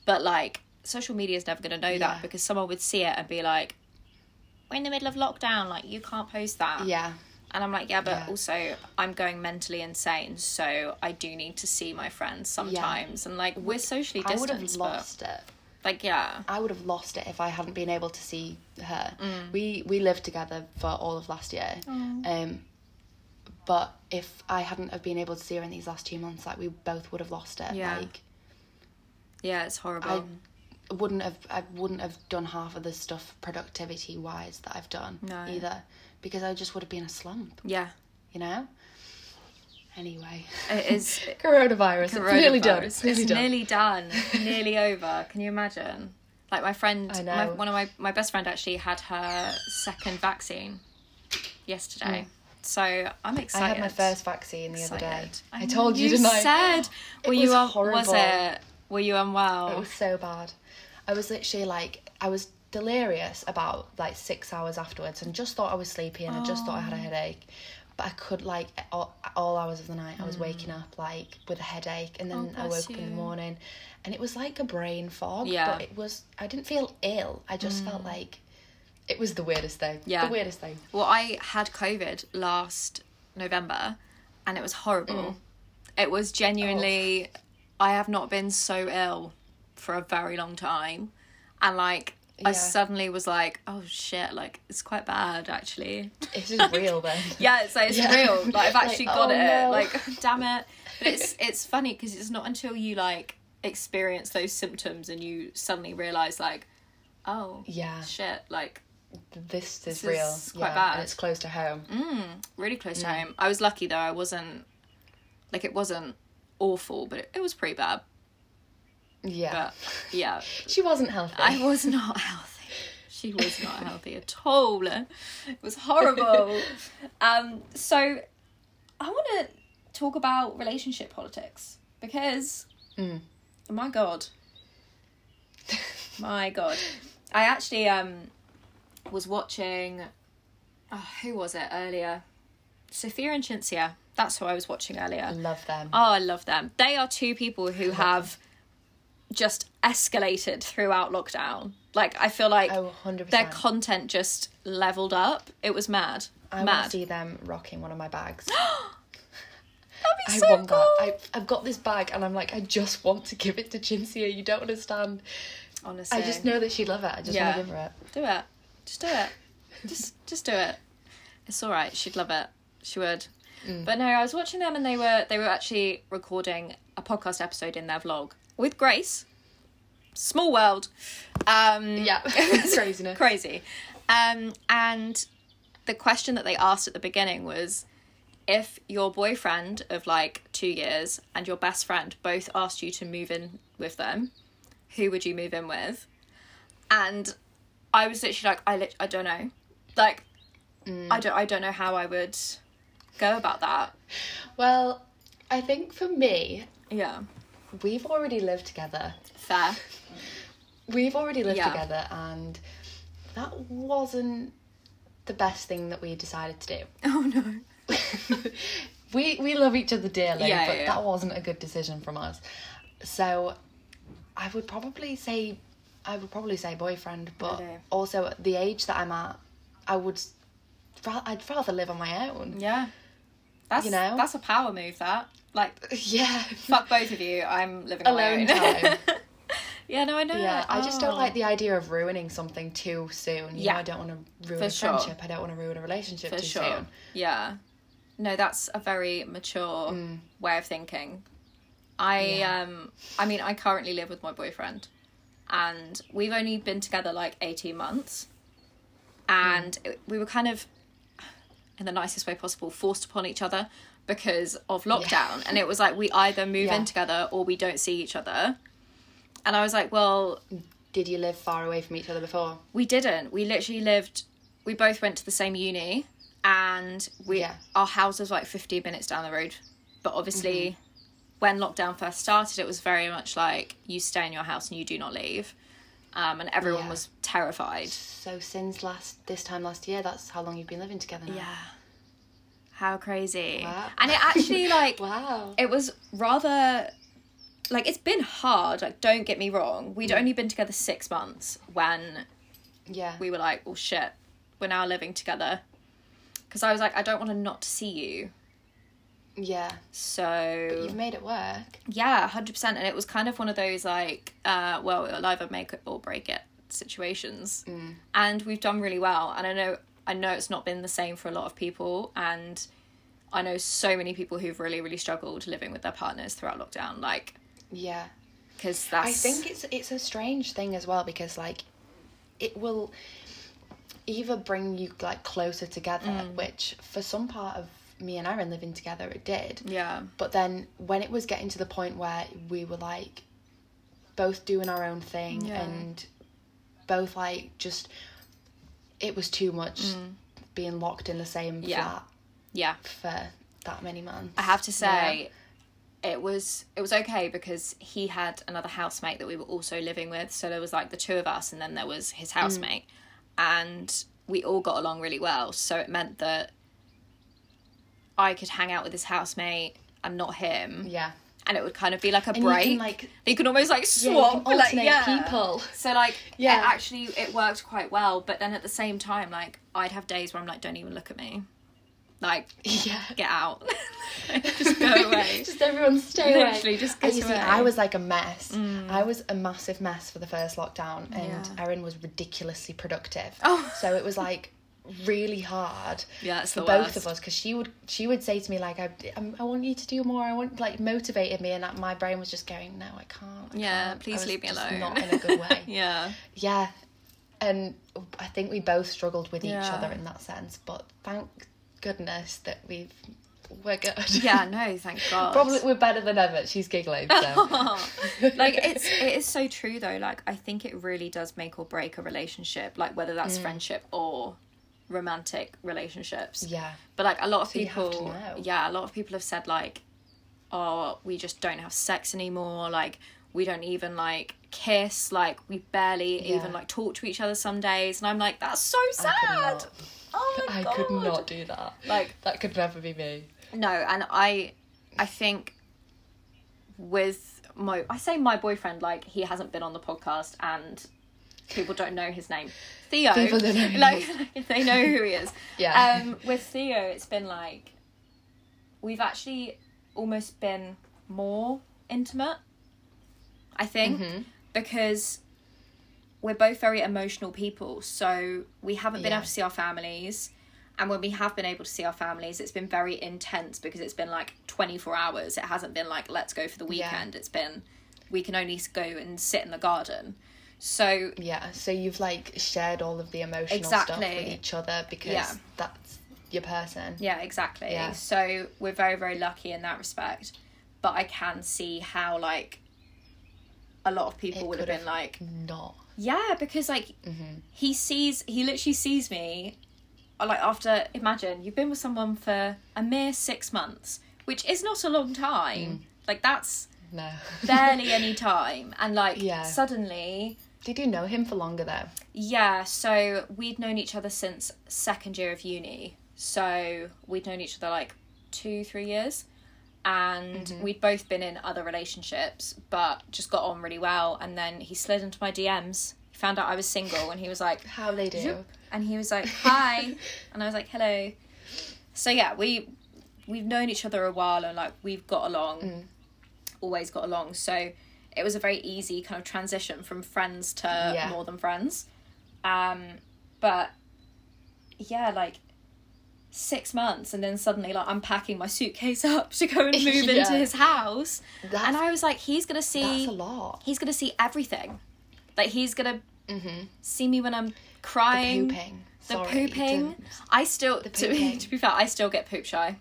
Speaker 2: but like social media is never going to know
Speaker 1: Hmm. Yeah.
Speaker 2: that because someone would see it and be like we're in the middle of lockdown, like you can't post that.
Speaker 1: yeah
Speaker 2: And I'm like, yeah, but
Speaker 1: Yeah.
Speaker 2: also I'm going mentally insane, so I do need to see my friends sometimes. And like we're socially
Speaker 1: i would have
Speaker 2: distanced, but
Speaker 1: lost it
Speaker 2: like yeah.
Speaker 1: I would have lost it if I hadn't been able to see her. We we lived together for all of last year, um, but if I hadn't have been able to see her in these last two months, like we both would have lost it.
Speaker 2: Yeah.
Speaker 1: Like
Speaker 2: Yeah, it's horrible.
Speaker 1: I wouldn't have I wouldn't have done half of the stuff productivity wise that I've done
Speaker 2: No.
Speaker 1: either, because I just would have been a slump,
Speaker 2: yeah.
Speaker 1: you know. Anyway,
Speaker 2: It is
Speaker 1: coronavirus. It's nearly done.
Speaker 2: coronavirus.
Speaker 1: It's nearly
Speaker 2: It's
Speaker 1: done.
Speaker 2: nearly done. nearly over. Can you imagine? Like my friend,
Speaker 1: I
Speaker 2: My,
Speaker 1: know.
Speaker 2: one of my my best friend actually had her second vaccine yesterday. So I'm
Speaker 1: Hmm.
Speaker 2: excited.
Speaker 1: I had my first vaccine the other day.
Speaker 2: Excited.
Speaker 1: I,
Speaker 2: know,
Speaker 1: told you,
Speaker 2: you
Speaker 1: didn't I?
Speaker 2: said. Were
Speaker 1: It
Speaker 2: you
Speaker 1: was
Speaker 2: un- Was
Speaker 1: horrible.
Speaker 2: it? Were you unwell?
Speaker 1: It was so bad. I was literally like, I was delirious about like six hours afterwards and just thought I was sleepy and I just thought I had a headache. But I could like all, all hours of the night, I was waking up like with a headache, and then I
Speaker 2: Hmm. Oh, bless
Speaker 1: woke up in
Speaker 2: you.
Speaker 1: the morning, and it was like a brain fog.
Speaker 2: Yeah. Hmm.
Speaker 1: But it was. I didn't feel ill. I just felt like it was the weirdest thing.
Speaker 2: Yeah.
Speaker 1: The weirdest thing.
Speaker 2: Well, I had COVID last November and it was horrible.
Speaker 1: Mm.
Speaker 2: It was genuinely,
Speaker 1: Oh.
Speaker 2: I have not been so ill for a very long time. And like, I
Speaker 1: Yeah.
Speaker 2: suddenly was like, oh shit, like, it's quite bad actually.
Speaker 1: It is real then.
Speaker 2: Yeah, it's like, it's
Speaker 1: Yeah.
Speaker 2: real. Like, I've
Speaker 1: Like,
Speaker 2: actually got
Speaker 1: oh,
Speaker 2: it.
Speaker 1: no.
Speaker 2: Like, damn it. But it's, it's funny because it's not until you like experience those symptoms and you suddenly realize, like, oh,
Speaker 1: Yeah.
Speaker 2: shit, like,
Speaker 1: This is
Speaker 2: is
Speaker 1: real.
Speaker 2: quite
Speaker 1: yeah.
Speaker 2: bad. Mm.
Speaker 1: And it's close to home.
Speaker 2: really close to home. I was lucky though; I wasn't like it wasn't awful, but it, it was pretty bad.
Speaker 1: Yeah.
Speaker 2: But yeah,
Speaker 1: She wasn't healthy.
Speaker 2: I was not healthy. She was not healthy at all. It was horrible. Um, so I want to talk about relationship politics because my god, my god, I actually um was watching. Oh, who was it earlier? Sophia and Cinzia That's who I was watching earlier.
Speaker 1: Love them.
Speaker 2: Oh, I love them. They are two people who have just escalated throughout lockdown. Like I feel like
Speaker 1: Oh, 100%.
Speaker 2: their content just leveled up. It was mad.
Speaker 1: I want to
Speaker 2: mad.
Speaker 1: see them rocking one of my bags.
Speaker 2: That'd be
Speaker 1: I
Speaker 2: so
Speaker 1: want
Speaker 2: cool.
Speaker 1: that. I, I've got this bag and I'm like, I just want to give it to Jinsia. You don't understand.
Speaker 2: Honestly.
Speaker 1: I just know that she'd love it. I just
Speaker 2: Yeah.
Speaker 1: want to give her it.
Speaker 2: Do it. Just do it. Just just do it. It's all right. She'd love it. She would.
Speaker 1: Mm.
Speaker 2: But no, I was watching them and they were they were actually recording a podcast episode in their vlog with Grace. Small world. Um
Speaker 1: Yeah. Craziness.
Speaker 2: crazy. Um and the question that they asked at the beginning was if your boyfriend of like 2 years and your best friend both asked you to move in with them, who would you move in with? And I was literally like, I lit- I don't know, like,
Speaker 1: Mm.
Speaker 2: I don't, I don't know how I would go about that.
Speaker 1: Well, I think for me,
Speaker 2: Yeah,
Speaker 1: we've already lived together.
Speaker 2: fair.
Speaker 1: We've already lived
Speaker 2: Yeah.
Speaker 1: together and that wasn't the best thing that we decided to do.
Speaker 2: Oh no.
Speaker 1: we we love each other dearly,
Speaker 2: Yeah,
Speaker 1: but
Speaker 2: yeah, yeah.
Speaker 1: that wasn't a good decision from us. So I would probably say I would probably say boyfriend, but
Speaker 2: Okay.
Speaker 1: also at the age that I'm at, I would s- ra- I'd rather live on my own.
Speaker 2: Yeah, that's
Speaker 1: You know?
Speaker 2: that's a power move. That like,
Speaker 1: Yeah.
Speaker 2: fuck both of you. I'm living
Speaker 1: Alone
Speaker 2: alone.
Speaker 1: time.
Speaker 2: yeah, no, I know.
Speaker 1: Yeah, I just don't
Speaker 2: Oh.
Speaker 1: like the idea of ruining something too soon. You
Speaker 2: Yeah.
Speaker 1: know, I don't want to ruin
Speaker 2: For
Speaker 1: a
Speaker 2: sure.
Speaker 1: friendship. I don't want to ruin a relationship
Speaker 2: Oh, for
Speaker 1: too
Speaker 2: sure.
Speaker 1: soon.
Speaker 2: Yeah. No, that's a very mature way of thinking. I
Speaker 1: Mm. Yeah.
Speaker 2: um I mean I currently live with my boyfriend and we've only been together like 18 months and
Speaker 1: Mm.
Speaker 2: it- we were kind of in the nicest way possible forced upon each other because of lockdown and it was like we either move
Speaker 1: Yeah.
Speaker 2: in together or we don't see each other. And I was like, well,
Speaker 1: Did you live far away from each other before?
Speaker 2: we didn't. We literally lived. We both went to the same uni, and we
Speaker 1: Yeah.
Speaker 2: our house was like fifteen minutes down the road. But obviously,
Speaker 1: Mm-hmm.
Speaker 2: when lockdown first started, it was very much like you stay in your house and you do not leave, um, and everyone
Speaker 1: Yeah.
Speaker 2: was terrified.
Speaker 1: So since last this time last year, that's how long you've been living together now.
Speaker 2: Yeah, how crazy!
Speaker 1: Wow.
Speaker 2: And it actually like
Speaker 1: Wow.
Speaker 2: it was rather like it's been hard. Like, don't get me wrong. We'd
Speaker 1: Mm.
Speaker 2: only been together six months when
Speaker 1: Yeah.
Speaker 2: we were like, well, shit, we're now living together. Because I was like, I don't want to not see you.
Speaker 1: yeah.
Speaker 2: So,
Speaker 1: You've made it work.
Speaker 2: yeah, 100%. And it was kind of one of those like, uh, well, it'll either make it or break it situations.
Speaker 1: Mm.
Speaker 2: And we've done really well. And I know, I know it's not been the same for a lot of people. And I know so many people who've really, really struggled living with their partners throughout lockdown. Like,
Speaker 1: Yeah.
Speaker 2: because that's.
Speaker 1: I think it's it's a strange thing as well because like it will either bring you like closer together,
Speaker 2: Mm.
Speaker 1: which for some part of me and Aaron living together it did.
Speaker 2: Yeah.
Speaker 1: But then when it was getting to the point where we were like both doing our own thing
Speaker 2: Yeah.
Speaker 1: and both like just it was too much being locked in the same
Speaker 2: Mm. Yeah. Yeah.
Speaker 1: flat for that many months.
Speaker 2: I have to say, it was it was okay because he had another housemate that we were also living with. So there was like the two of us, and then there was his
Speaker 1: Mm.
Speaker 2: housemate, and we all got along really well. So it meant that I could hang out with his housemate and not him,
Speaker 1: Yeah.
Speaker 2: and it would kind of be like a
Speaker 1: And you
Speaker 2: break.
Speaker 1: can like
Speaker 2: you can almost like
Speaker 1: yeah, you
Speaker 2: swap,
Speaker 1: can
Speaker 2: like
Speaker 1: alternate
Speaker 2: yeah.
Speaker 1: people.
Speaker 2: So like yeah,
Speaker 1: Yeah.
Speaker 2: it actually it worked quite well. But then at the same time, like I'd have days where I'm like, don't even look at me, like
Speaker 1: Yeah.
Speaker 2: get out, just go away.
Speaker 1: just everyone stay away.
Speaker 2: Literally, just
Speaker 1: And
Speaker 2: get
Speaker 1: you see,
Speaker 2: away. Mm.
Speaker 1: I was like a mess. I was a massive mess for the first lockdown, and
Speaker 2: Yeah.
Speaker 1: Erin was ridiculously productive.
Speaker 2: Oh.
Speaker 1: so it was like really hard
Speaker 2: Yeah, it's
Speaker 1: for
Speaker 2: the
Speaker 1: both
Speaker 2: worst.
Speaker 1: of us because she would she would say to me like I, um, I want you to do more. I want like motivated me, and uh, my brain was just going no, I can't. I
Speaker 2: Yeah,
Speaker 1: can't." I
Speaker 2: please
Speaker 1: was
Speaker 2: leave me
Speaker 1: just
Speaker 2: alone.
Speaker 1: Not in a good way.
Speaker 2: yeah.
Speaker 1: yeah, and I think we both struggled with each
Speaker 2: Yeah.
Speaker 1: other in that sense. But thank goodness that we've we're good.
Speaker 2: Yeah, no, thank God.
Speaker 1: Probably we're better than ever. She's giggling. So.
Speaker 2: like it's it is so true though. Like I think it really does make or break a relationship, like whether
Speaker 1: Mm.
Speaker 2: that's friendship or romantic relationships.
Speaker 1: yeah.
Speaker 2: But like a lot of
Speaker 1: So you have to
Speaker 2: people
Speaker 1: know.
Speaker 2: Yeah, a lot of people have said like, Oh, we just don't have sex anymore, like we don't even like kiss, like we barely
Speaker 1: Yeah.
Speaker 2: even like talk to each other some days and I'm like, That's so
Speaker 1: I could
Speaker 2: sad.
Speaker 1: not.
Speaker 2: Oh
Speaker 1: I could not do that.
Speaker 2: Like
Speaker 1: That could never be me.
Speaker 2: no, and I, I think with my, I say my boyfriend like he hasn't been on the podcast and people don't know his name, Theo.
Speaker 1: People don't know who he
Speaker 2: like they know who he is.
Speaker 1: Yeah.
Speaker 2: Um, with Theo, it's been like we've actually almost been more intimate. I think
Speaker 1: Mm-hmm.
Speaker 2: because we're both very emotional people, so we haven't been
Speaker 1: Yeah.
Speaker 2: able to see our families. And when we have been able to see our families, it's been very intense because it's been like 24 hours. It hasn't been like, let's go for the
Speaker 1: Yeah.
Speaker 2: weekend. It's been, we can only s- go and sit in the garden. So,
Speaker 1: Yeah. So you've like shared all of the emotional stuff with
Speaker 2: Exactly.
Speaker 1: each other because
Speaker 2: Yeah.
Speaker 1: that's your person.
Speaker 2: yeah, exactly.
Speaker 1: Yeah.
Speaker 2: So, we're very, very lucky in that respect. But I can see how, like, a lot of people
Speaker 1: It Mm-hmm.
Speaker 2: would have
Speaker 1: could've-
Speaker 2: been like,
Speaker 1: Not.
Speaker 2: Yeah, because like he sees, he literally sees me, uh, like after imagine you've been with someone for a mere six months, which is not a long time.
Speaker 1: Mm.
Speaker 2: Like that's
Speaker 1: No.
Speaker 2: barely any time, and like
Speaker 1: Yeah.
Speaker 2: suddenly,
Speaker 1: Did you know him for longer though?
Speaker 2: yeah. So we'd known each other since second year of uni, so we'd known each other like two, three years. And we'd both been in other relationships, but just got on really well. And then he slid into my DMs. He found out I was single, and he was like,
Speaker 1: How they do.
Speaker 2: and he was like hi and i was like hello so yeah we we've known each other a while and like we've got along
Speaker 1: Mm.
Speaker 2: always got along so it was a very easy kind of transition from friends to
Speaker 1: Yeah.
Speaker 2: more than friends um but yeah like six months and then suddenly like i'm packing my suitcase up to go and move
Speaker 1: Yeah.
Speaker 2: into his house
Speaker 1: That's,
Speaker 2: and i was like he's gonna see
Speaker 1: that's a lot.
Speaker 2: he's gonna see everything. Like he's gonna see me when I'm crying.
Speaker 1: Mm-hmm. Pooping.
Speaker 2: The
Speaker 1: Sorry,
Speaker 2: pooping.
Speaker 1: didn't-
Speaker 2: I still to be,
Speaker 1: pooping.
Speaker 2: to be fair, I still get poop shy.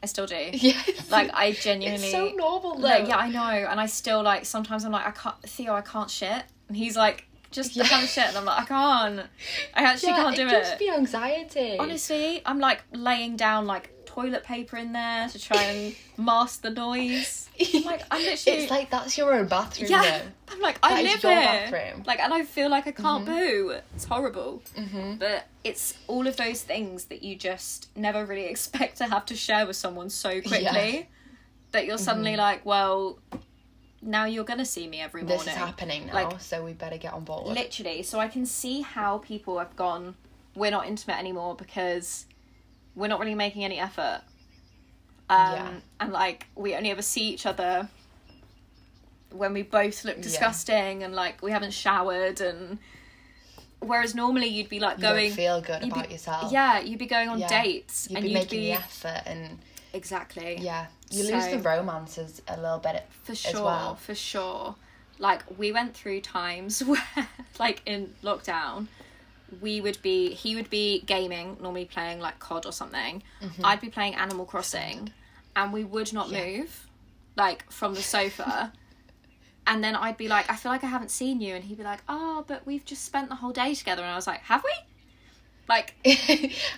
Speaker 2: I still do.
Speaker 1: Yes.
Speaker 2: Like I genuinely
Speaker 1: It's so normal though.
Speaker 2: like, yeah, I know. And I still like sometimes I'm like, I can't Theo, I can't shit. And he's like, just
Speaker 1: Yeah.
Speaker 2: I can't shit and I'm like, I can't. I actually
Speaker 1: Yeah,
Speaker 2: can't do
Speaker 1: it
Speaker 2: it.
Speaker 1: gives me anxiety.
Speaker 2: Honestly, I'm like laying down like toilet paper in there to try and mask the noise. I'm like I'm literally
Speaker 1: It's like that's your own bathroom
Speaker 2: yeah,
Speaker 1: though.
Speaker 2: I'm like
Speaker 1: That
Speaker 2: I
Speaker 1: is
Speaker 2: live
Speaker 1: your
Speaker 2: here.
Speaker 1: bathroom. Mm-hmm.
Speaker 2: Like, and I feel like I can't boo. It's horrible. But it's all of those things that you just never really expect to have to share with someone so quickly that you're suddenly like, well, now you're gonna see me every
Speaker 1: Mm-hmm. This
Speaker 2: morning.
Speaker 1: is happening now,
Speaker 2: Like-
Speaker 1: so we better get on board.
Speaker 2: Literally, so I can see how people have gone. We're not intimate anymore because we're not really making any effort. Um,
Speaker 1: Yeah.
Speaker 2: And like we only ever see each other when we both look disgusting and like we haven't showered and. Whereas normally you'd be like
Speaker 1: you don't
Speaker 2: going,
Speaker 1: feel good
Speaker 2: you'd be-
Speaker 1: about yourself.
Speaker 2: yeah, you'd be going on
Speaker 1: Yeah.
Speaker 2: dates
Speaker 1: You'd
Speaker 2: and
Speaker 1: be
Speaker 2: you'd
Speaker 1: making
Speaker 2: be
Speaker 1: the effort and
Speaker 2: exactly
Speaker 1: yeah. You lose
Speaker 2: So-
Speaker 1: the romances a little bit
Speaker 2: for
Speaker 1: as
Speaker 2: sure,
Speaker 1: well.
Speaker 2: for sure. Like we went through times where, like in lockdown, we would be he would be gaming, normally playing like COD or something.
Speaker 1: Mm-hmm.
Speaker 2: I'd be playing Animal Crossing, and we would not move, like from the sofa. and then I'd be like, I feel like I haven't seen you, and he'd be like, Oh, but we've just spent the whole day together, and I was like, Have we? Like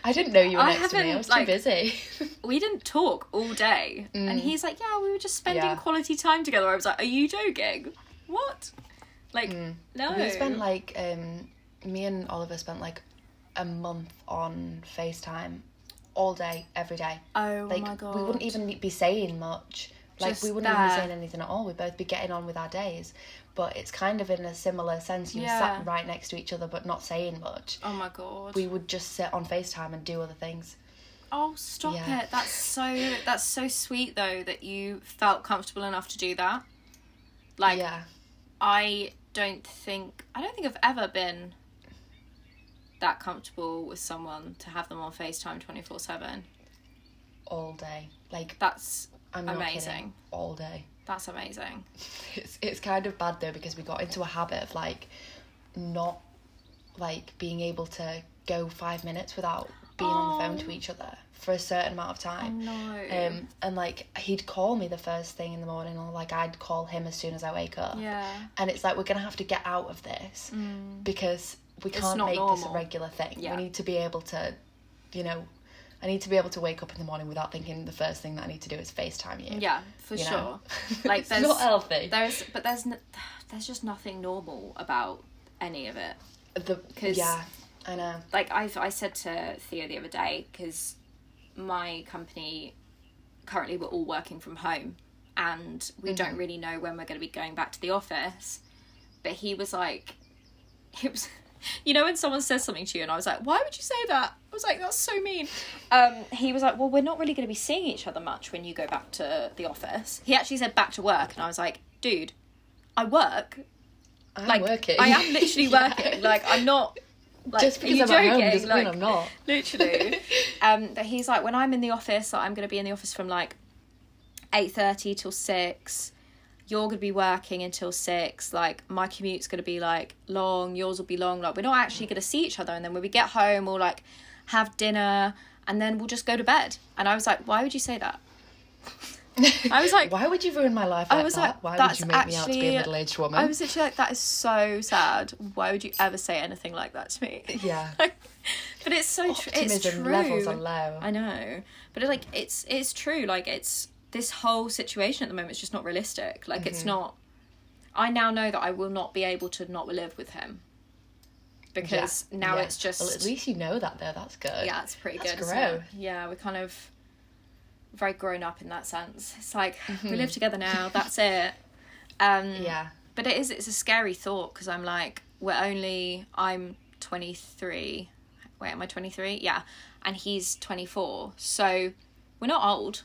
Speaker 1: I didn't know you were
Speaker 2: I
Speaker 1: next to me. I
Speaker 2: haven't,
Speaker 1: was
Speaker 2: like-
Speaker 1: too busy.
Speaker 2: we didn't talk all day. And he's like, Yeah, we were just spending
Speaker 1: Mm. Yeah.
Speaker 2: quality time together. I was like, Are you joking? What? Like, no.
Speaker 1: Mm. we spent like um, me and Oliver spent like a month on Facetime, all day, every day.
Speaker 2: oh
Speaker 1: Like
Speaker 2: my god.
Speaker 1: we wouldn't even be saying much. Like
Speaker 2: Just
Speaker 1: we wouldn't even
Speaker 2: there.
Speaker 1: be saying anything at all. We'd both be getting on with our days. But it's kind of in a similar sense. You were
Speaker 2: Yeah.
Speaker 1: sat right next to each other but not saying much.
Speaker 2: Oh my god.
Speaker 1: We would just sit on FaceTime and do other things.
Speaker 2: oh, stop
Speaker 1: Yeah.
Speaker 2: it. That's so that's so sweet though that you felt comfortable enough to do that. Like
Speaker 1: yeah.
Speaker 2: I don't think I don't think I've ever been that comfortable with someone to have them on FaceTime 24/7.
Speaker 1: All day. Like
Speaker 2: That's
Speaker 1: I'm not kidding.
Speaker 2: amazing.
Speaker 1: All day.
Speaker 2: That's amazing.
Speaker 1: It's it's kind of bad though because we got into a habit of like not like being able to go five minutes without being on the phone
Speaker 2: Oh.
Speaker 1: to each other for a certain amount of time.
Speaker 2: No.
Speaker 1: Um, and like he'd call me the first thing in the morning, or like I'd call him as soon as I wake up.
Speaker 2: yeah. Mm.
Speaker 1: And it's like we're gonna have to get out of this because we can't
Speaker 2: not
Speaker 1: make this a
Speaker 2: normal.
Speaker 1: regular thing.
Speaker 2: Yeah.
Speaker 1: We need to be able to, you know, I need to be able to wake up in the morning without thinking the first thing that I need to do is Facetime you.
Speaker 2: Yeah, for
Speaker 1: you
Speaker 2: sure.
Speaker 1: know?
Speaker 2: Like,
Speaker 1: it's
Speaker 2: there's-
Speaker 1: not healthy.
Speaker 2: There's, but there's, n- there's just nothing normal about any of it.
Speaker 1: The
Speaker 2: 'cause-
Speaker 1: yeah, I know.
Speaker 2: like I've I said to Theo the other day because my company currently we're all working from home and we don't really know when we're going to be going back to the office. But he was like, it was, you know, when someone says something to you and I was like, why would you say that? I was like, that's so mean. Um, he was like, well, we're not really going to be seeing each other much when you go back to the office. He actually said back to work, and I was like, dude, I work.
Speaker 1: I'm
Speaker 2: Like
Speaker 1: working.
Speaker 2: I am literally
Speaker 1: Yeah.
Speaker 2: working. Like I'm not. Like,
Speaker 1: Just
Speaker 2: are
Speaker 1: because
Speaker 2: you
Speaker 1: I'm at home
Speaker 2: joking?
Speaker 1: doesn't mean I'm not.
Speaker 2: Literally. um, that he's like, when I'm in the office, like, I'm going to be in the office from like eight thirty till six. You're going to be working until six. Like my commute's going to be like long. Yours will be long. Like we're not actually going to see each other. And then when we get home, we'll like have dinner, and then we'll just go to bed. And I was like, why would you say that? I was like-
Speaker 1: why would you ruin my life?
Speaker 2: I
Speaker 1: Like
Speaker 2: was
Speaker 1: that?
Speaker 2: like,
Speaker 1: why would
Speaker 2: that's
Speaker 1: you make me out to be a
Speaker 2: actually-
Speaker 1: middle-aged woman?
Speaker 2: I was literally like, that is so sad. Why would you ever say anything like that to me?
Speaker 1: Yeah.
Speaker 2: Like, but it's so tr- it's
Speaker 1: Optimism
Speaker 2: true.
Speaker 1: levels are low.
Speaker 2: I know, but it, like it's it's true. Like it's this whole situation at the moment is just not realistic. Like
Speaker 1: Mm-hmm.
Speaker 2: it's not. I now know that I will not be able to not live with him,
Speaker 1: Yeah,
Speaker 2: because now
Speaker 1: yeah.
Speaker 2: it's just
Speaker 1: Well, at least you know that though. That's good.
Speaker 2: yeah, it's pretty
Speaker 1: That's
Speaker 2: good. isn't it?
Speaker 1: growth.
Speaker 2: Yeah, we're kind of very grown up in that sense. It's like we live together now. That's it. Um,
Speaker 1: Mm-hmm. Yeah.
Speaker 2: but it is. It's a scary thought because I'm like, we're only. I'm 23. Wait, am I 23? Yeah, and he's 24. So we're not old.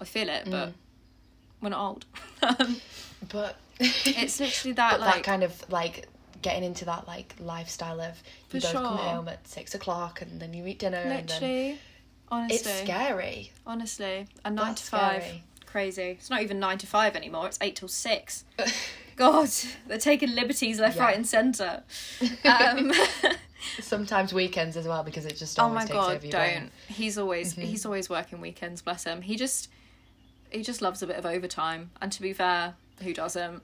Speaker 2: I feel it,
Speaker 1: Mm.
Speaker 2: but we're not old. Um,
Speaker 1: But
Speaker 2: it's literally that
Speaker 1: but
Speaker 2: like
Speaker 1: that kind of like getting into that like lifestyle of you
Speaker 2: For
Speaker 1: both come
Speaker 2: sure.
Speaker 1: home at six o'clock and then you eat dinner and then
Speaker 2: literally. Honestly,
Speaker 1: it's scary.
Speaker 2: Honestly, a nine
Speaker 1: That's
Speaker 2: to five.
Speaker 1: scary.
Speaker 2: Crazy. It's not even nine to five anymore. It's eight till six. God, they're taking liberties left,
Speaker 1: Yeah.
Speaker 2: right, and centre. Um,
Speaker 1: Sometimes weekends as well because it just
Speaker 2: oh
Speaker 1: always
Speaker 2: my
Speaker 1: takes
Speaker 2: god,
Speaker 1: over
Speaker 2: don't.
Speaker 1: your brain.
Speaker 2: He's always he's always working weekends. Bless him. He just he just loves a bit of overtime. And to be fair, who doesn't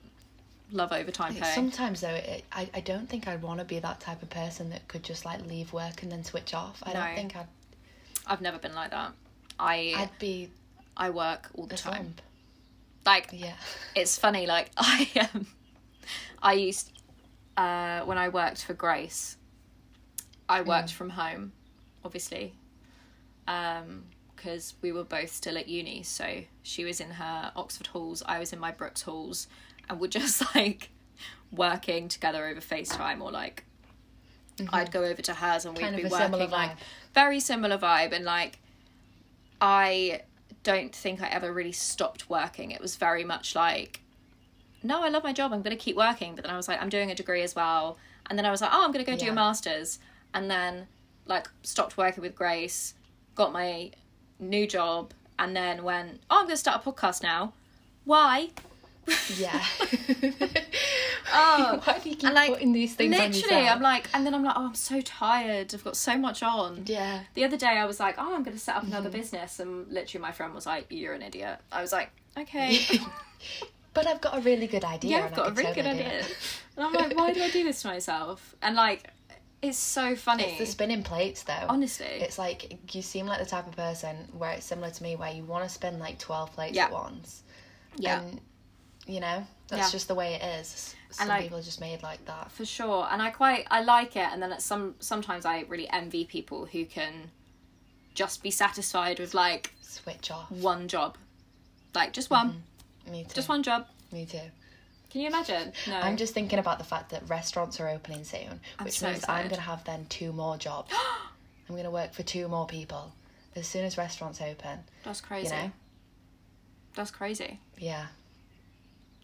Speaker 2: love overtime pay?
Speaker 1: Sometimes though, it, I I don't think I'd want to be that type of person that could just like leave work and then switch off. I
Speaker 2: No.
Speaker 1: don't think I'd
Speaker 2: I've never been like that. I
Speaker 1: I'd be
Speaker 2: I, work all the
Speaker 1: a
Speaker 2: time.
Speaker 1: thump.
Speaker 2: Like
Speaker 1: Yeah.
Speaker 2: it's funny like i um i used uh when i worked for grace i
Speaker 1: Mm.
Speaker 2: worked from home obviously um because we were both still at uni so she was in her oxford halls i was in my brooks halls and we're just like working together over facetime or like i'd go over to hers and we'd
Speaker 1: Mm-hmm. Kind of
Speaker 2: be
Speaker 1: a similar
Speaker 2: working like
Speaker 1: vibe.
Speaker 2: very similar vibe and like i don't think i ever really stopped working it was very much like no, I love my job. I'm going to keep working. But then I was like, I'm doing a degree as well. And then I was like, oh, I'm going to go do
Speaker 1: Yeah.
Speaker 2: a master's. And then, like, stopped working with Grace, got my new job, and then went, oh, I'm going to start a podcast now. Why?
Speaker 1: Yeah.
Speaker 2: Oh.
Speaker 1: Why do you keep
Speaker 2: And, like,
Speaker 1: putting these things on
Speaker 2: Literally,
Speaker 1: yourself?
Speaker 2: I'm like, and then I'm like, oh, I'm so tired. I've got so much on.
Speaker 1: yeah. Mm-hmm.
Speaker 2: The other day, I was like, oh, I'm going to set up another business. And literally, my friend was like, you're an idiot. I was like, okay.
Speaker 1: But I've got a really good idea.
Speaker 2: yeah, I've
Speaker 1: and I
Speaker 2: got a
Speaker 1: could
Speaker 2: really good
Speaker 1: totally do
Speaker 2: idea.
Speaker 1: it.
Speaker 2: And I'm like, why do I do this to myself? And like, it's so funny.
Speaker 1: It's the spinning plates, though.
Speaker 2: Honestly.
Speaker 1: It's like you seem like the type of person where it's similar to me, where you want to spin like 12 plates
Speaker 2: Yeah.
Speaker 1: at once.
Speaker 2: yeah,
Speaker 1: And, you know, that's
Speaker 2: Yeah.
Speaker 1: just the way it is. Some
Speaker 2: like-
Speaker 1: people are just made like that.
Speaker 2: for sure. And I quite I like it. And then it's some sometimes I really envy people who can just be satisfied with like
Speaker 1: Switch off.
Speaker 2: one job, like just one,
Speaker 1: Mm-hmm. Me too.
Speaker 2: Mm. just one job.
Speaker 1: Me too.
Speaker 2: Can you imagine? No,
Speaker 1: I'm just thinking about the fact that restaurants are opening soon, which
Speaker 2: so
Speaker 1: means I'm
Speaker 2: excited.
Speaker 1: going to have then two more jobs. I'm going to work for two more people as soon as restaurants open.
Speaker 2: that's crazy.
Speaker 1: know.
Speaker 2: That's crazy.
Speaker 1: Yeah.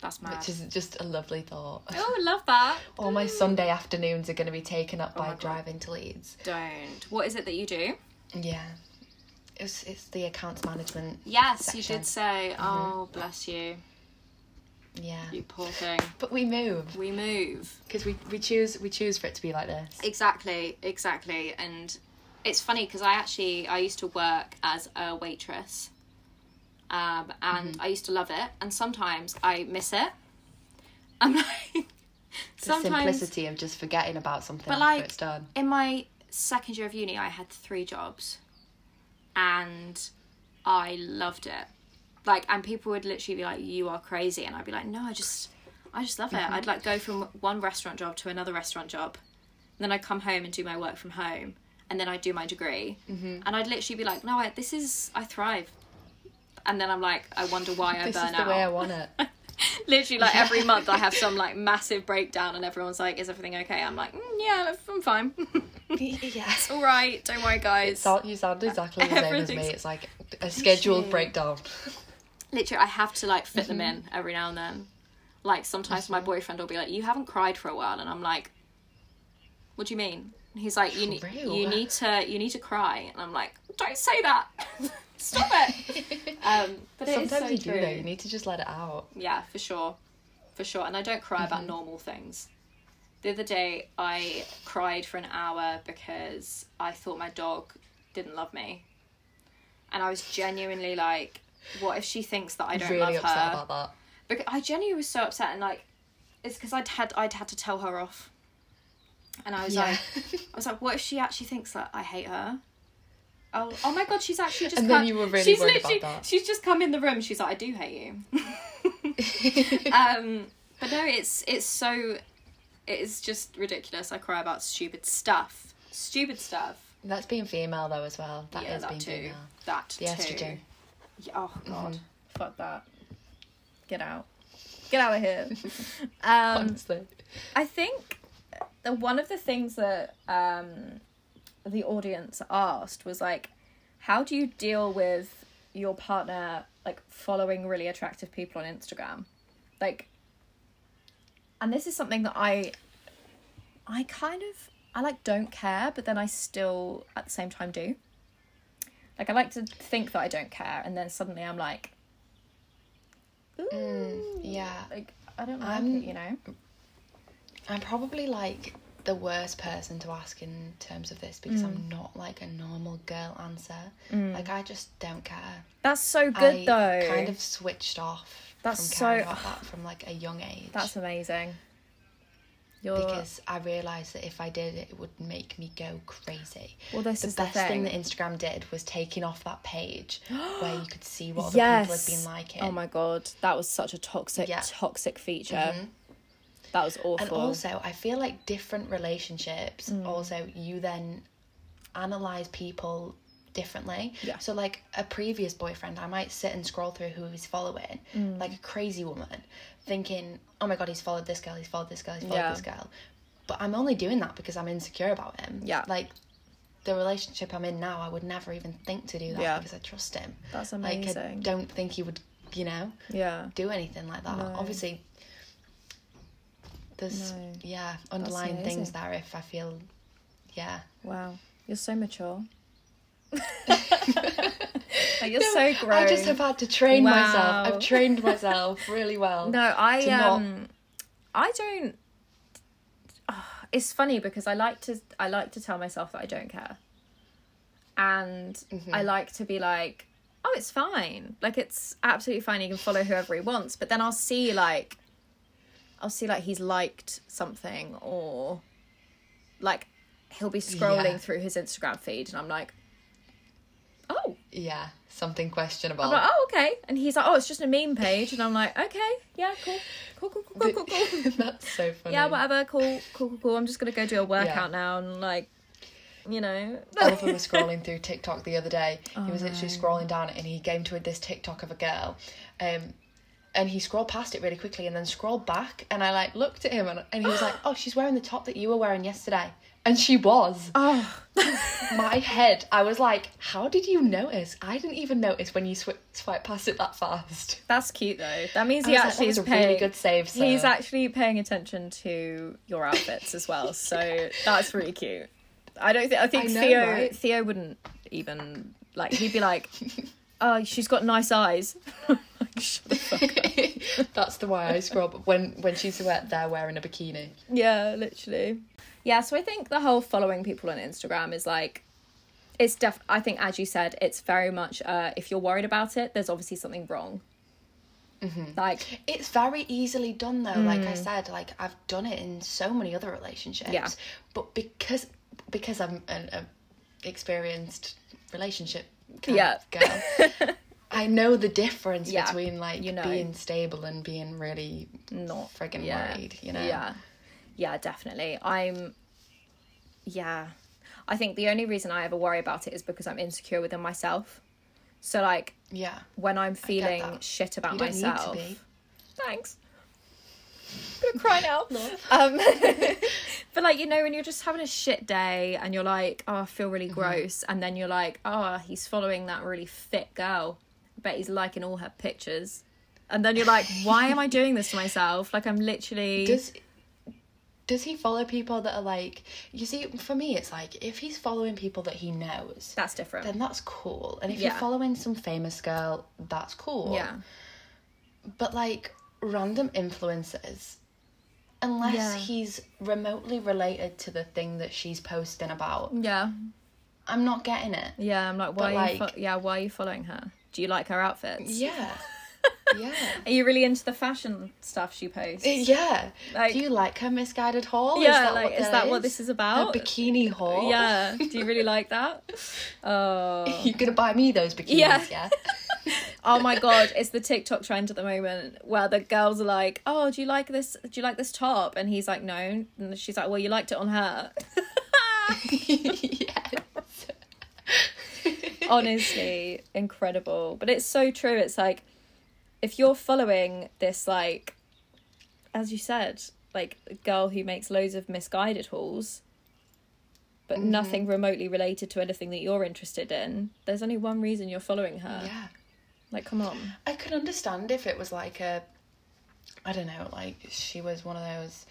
Speaker 2: That's mad.
Speaker 1: Which is just a lovely thought.
Speaker 2: Oh, I love that.
Speaker 1: All my Sunday afternoons are going to be taken up
Speaker 2: Oh my
Speaker 1: by
Speaker 2: God.
Speaker 1: driving to Leeds.
Speaker 2: Don't. What is it that you do?
Speaker 1: Yeah. It's, it's the accounts management.
Speaker 2: Yes,
Speaker 1: Section.
Speaker 2: you
Speaker 1: Mm-hmm.
Speaker 2: did say. Oh, bless you,
Speaker 1: Yeah.
Speaker 2: you poor thing.
Speaker 1: But we move
Speaker 2: We move.
Speaker 1: because we, we choose we choose for it to be like this.
Speaker 2: Exactly, exactly. And it's funny because I actually I used to work as a waitress, um, and I used to love it. And sometimes I miss it. I'm like,
Speaker 1: The
Speaker 2: sometimes
Speaker 1: simplicity of just forgetting about something
Speaker 2: But,
Speaker 1: after
Speaker 2: like,
Speaker 1: it's done.
Speaker 2: in my second year of uni, I had three jobs, and I loved it. Like, and people would literally be like, "You are crazy," and I'd
Speaker 1: Mm-hmm.
Speaker 2: be like, "No, I just, I just love it." I'd like go from one restaurant job to another restaurant job, then I come home and do my work from home, and then I do my degree, mm-hmm. and I'd literally be like, no, I, this is I thrive, and then I'm like, I wonder why I
Speaker 1: this
Speaker 2: burn
Speaker 1: is the
Speaker 2: out.
Speaker 1: way I want it.
Speaker 2: literally, like every month I have some like massive breakdown, and everyone's like, is everything okay? I'm like, mm, yeah, I'm fine.
Speaker 1: yes.
Speaker 2: All right, don't worry, guys.
Speaker 1: So, you sound exactly the same as me.
Speaker 2: Uh, Everything's-
Speaker 1: It's like a scheduled
Speaker 2: you.
Speaker 1: breakdown.
Speaker 2: literally I have to like fit them in every now and then. Like sometimes my boyfriend will be like, "You haven't cried for a while," and I'm like, "What do you mean?" And he's like, "You need
Speaker 1: True.
Speaker 2: you need to you need to cry," and I'm like, "Don't say that, stop it." Um, but it is
Speaker 1: Sometimes
Speaker 2: so
Speaker 1: you do
Speaker 2: true.
Speaker 1: though. You need to just let it out.
Speaker 2: Yeah, for sure. For sure. And I don't cry about
Speaker 1: Mm-hmm.
Speaker 2: normal things. The other day, I cried for an hour because I thought my dog didn't love me. And I was genuinely like, what if she thinks that I don't
Speaker 1: really
Speaker 2: love
Speaker 1: upset
Speaker 2: her?
Speaker 1: about that.
Speaker 2: because I genuinely was so upset and like it's because I'd had I'd had to tell her off, and I was
Speaker 1: Yeah.
Speaker 2: like I was like, what if she actually thinks that I hate her? Oh, oh my god, she's actually just
Speaker 1: And then
Speaker 2: come-
Speaker 1: you were really
Speaker 2: she's
Speaker 1: worried about
Speaker 2: literally-
Speaker 1: that.
Speaker 2: She's just come in the room. She's like, I do hate you. um, but no, it's it's so it is just ridiculous. I cry about stupid stuff, stupid stuff.
Speaker 1: That's being female though as well. That is
Speaker 2: yeah, that
Speaker 1: being
Speaker 2: too.
Speaker 1: female.
Speaker 2: That
Speaker 1: The
Speaker 2: too.
Speaker 1: estrogen. Mm-hmm.
Speaker 2: Yeah, oh god, fuck that. Get out. Get out of here. um,
Speaker 1: Honestly.
Speaker 2: I think the, one of the things that um, the audience asked was like, how do you deal with your partner like following really attractive people on Instagram? Like, and this is something that I, I kind of, I like don't care, but then I still at the same time do. Like, I like to think that I don't care, and then suddenly I'm like, ooh,
Speaker 1: yeah.
Speaker 2: like, I don't like
Speaker 1: I'm-
Speaker 2: it, you know?
Speaker 1: I'm probably like the worst person to ask in terms of this because
Speaker 2: Mm.
Speaker 1: I'm not like a normal girl answer. Like I just don't care.
Speaker 2: That's so Mm. good
Speaker 1: I
Speaker 2: though.
Speaker 1: Kind of switched off
Speaker 2: That's
Speaker 1: from caring
Speaker 2: so-
Speaker 1: about that from like a young age.
Speaker 2: That's amazing. You're
Speaker 1: because I realised that if I did it, it would make me go crazy.
Speaker 2: well. This
Speaker 1: the
Speaker 2: is
Speaker 1: best
Speaker 2: the thing.
Speaker 1: thing. that Instagram did was taking off that page where you could see what other people had been liking.
Speaker 2: Oh my god, that was such a toxic,
Speaker 1: Yeah. Mm-hmm.
Speaker 2: toxic feature. That was awful.
Speaker 1: And also, I feel like different relationships,
Speaker 2: Mm.
Speaker 1: also, you then analyze people differently.
Speaker 2: Yeah.
Speaker 1: So, like a previous boyfriend, I might sit and scroll through who he's following,
Speaker 2: Mm.
Speaker 1: like a crazy woman, thinking, oh my God, he's followed this girl, he's followed this girl, he's followed
Speaker 2: Yeah.
Speaker 1: this girl. But I'm only doing that because I'm insecure about him.
Speaker 2: Yeah.
Speaker 1: Like, the relationship I'm in now, I would never even think to do that
Speaker 2: Yeah.
Speaker 1: because I trust him.
Speaker 2: That's
Speaker 1: Like, I
Speaker 2: amazing.
Speaker 1: don't think he would, you know,
Speaker 2: yeah,
Speaker 1: do anything like that.
Speaker 2: No.
Speaker 1: Obviously, there's
Speaker 2: No.
Speaker 1: yeah underlying
Speaker 2: amazing.
Speaker 1: things there. If I feel, yeah,
Speaker 2: wow, you're so mature. Like, you're so grown.
Speaker 1: I just have had to train myself.
Speaker 2: Wow.
Speaker 1: I've trained myself really well.
Speaker 2: No, I
Speaker 1: to not-
Speaker 2: um, I don't. Ah, it's funny because I like to I like to tell myself that I don't care, and
Speaker 1: Mm-hmm.
Speaker 2: I like to be like, oh, it's fine. Like it's absolutely fine. He can follow whoever he wants, but then I'll see like, I'll see like he's liked something or, like, he'll be scrolling
Speaker 1: Yeah.
Speaker 2: through his Instagram feed, and I'm like, oh,
Speaker 1: Yeah, something questionable.
Speaker 2: I'm like, oh, okay. And he's like, oh, it's just a meme page. And I'm like, okay, yeah, cool. Cool, cool, cool, cool, cool, cool.
Speaker 1: That's so funny.
Speaker 2: yeah, whatever, cool, cool, cool, cool. I'm just going to go do a workout
Speaker 1: Yeah.
Speaker 2: now and, like, you know.
Speaker 1: Oliver was scrolling through TikTok the other day.
Speaker 2: Oh,
Speaker 1: he was literally scrolling down and he came to this TikTok of a girl. Um, and he scrolled past it really quickly and then scrolled back. And I like looked at him and, and he was like, Oh, she's wearing the top that you were wearing yesterday. And she was.
Speaker 2: oh.
Speaker 1: my head, I was like, how did you notice? I didn't even notice when you swi swipe past it that fast.
Speaker 2: That's cute, though. That means
Speaker 1: I
Speaker 2: he
Speaker 1: was like,
Speaker 2: actually
Speaker 1: that was
Speaker 2: is
Speaker 1: a
Speaker 2: paying.
Speaker 1: really good save. So.
Speaker 2: He's actually paying attention to your outfits as well. So that's really cute. I don't think, I think
Speaker 1: I know,
Speaker 2: Theo,
Speaker 1: right?
Speaker 2: Theo wouldn't even, like, he'd be like, oh, she's got nice eyes. like, shut the fuck up.
Speaker 1: That's the way I scroll. But when when she's we- there wearing a bikini,
Speaker 2: Yeah, literally. Yeah, so I think the whole following people on Instagram is like, it's def. I think as you said, it's very much. Uh, if you're worried about it, there's obviously something wrong. Like,
Speaker 1: it's very easily done though. Like I said, like I've done it in so many other relationships.
Speaker 2: Hmm. Yeah.
Speaker 1: But because because I'm an a experienced relationship kind
Speaker 2: Yeah.
Speaker 1: of girl. I know the difference
Speaker 2: Yeah.
Speaker 1: between like
Speaker 2: You know.
Speaker 1: being stable and being really
Speaker 2: not
Speaker 1: friggin'
Speaker 2: yeah.
Speaker 1: worried, you know.
Speaker 2: Yeah, yeah, definitely. I'm. Yeah. I think the only reason I ever worry about it is because I'm insecure within myself. So like
Speaker 1: Yeah.
Speaker 2: when I'm feeling
Speaker 1: that.
Speaker 2: shit about
Speaker 1: You don't need to
Speaker 2: myself.
Speaker 1: be.
Speaker 2: Thanks. I'm gonna cry now. Um, but like you know when you're just having a shit day and you're like, oh, I feel really
Speaker 1: Mm-hmm.
Speaker 2: gross, and then you're like, oh, he's following that really fit girl. I bet he's liking all her pictures. And then you're like, why am I doing this to myself? Like I'm literally
Speaker 1: Does does he follow people that are like you see, for me it's like if he's following people that he knows,
Speaker 2: that's different.
Speaker 1: then that's cool. And if
Speaker 2: Yeah.
Speaker 1: you're following some famous girl, that's cool.
Speaker 2: yeah.
Speaker 1: But like random influencers, unless
Speaker 2: Yeah.
Speaker 1: he's remotely related to the thing that she's posting about,
Speaker 2: Yeah.
Speaker 1: I'm not getting it.
Speaker 2: Yeah, I'm like, why?
Speaker 1: But,
Speaker 2: are you fo-
Speaker 1: like-
Speaker 2: yeah, why are you following her? Do you like her outfits?
Speaker 1: Yeah. yeah. Uh,
Speaker 2: Are you really into the fashion stuff she posts?
Speaker 1: Yeah.
Speaker 2: Like-
Speaker 1: Do you like her misguided haul?
Speaker 2: yeah, like, is that what this is
Speaker 1: Her
Speaker 2: about?
Speaker 1: bikini haul.
Speaker 2: Yeah. Do you really like that? Oh.
Speaker 1: You're gonna buy me those bikinis,
Speaker 2: Yeah.
Speaker 1: yeah.
Speaker 2: oh my god, it's the TikTok trend at the moment where the girls are like, "Oh, do you like this? Do you like this top?" And he's like, "No." And she's like, "Well, you liked it on her."
Speaker 1: yes.
Speaker 2: honestly incredible but it's so true it's like if you're following this like as you said like a girl who makes loads of misguided hauls but nothing remotely related to anything that you're interested in there's only one reason you're following her
Speaker 1: Yeah.
Speaker 2: like come on
Speaker 1: I could understand if it was like a, I don't know, like she was one of those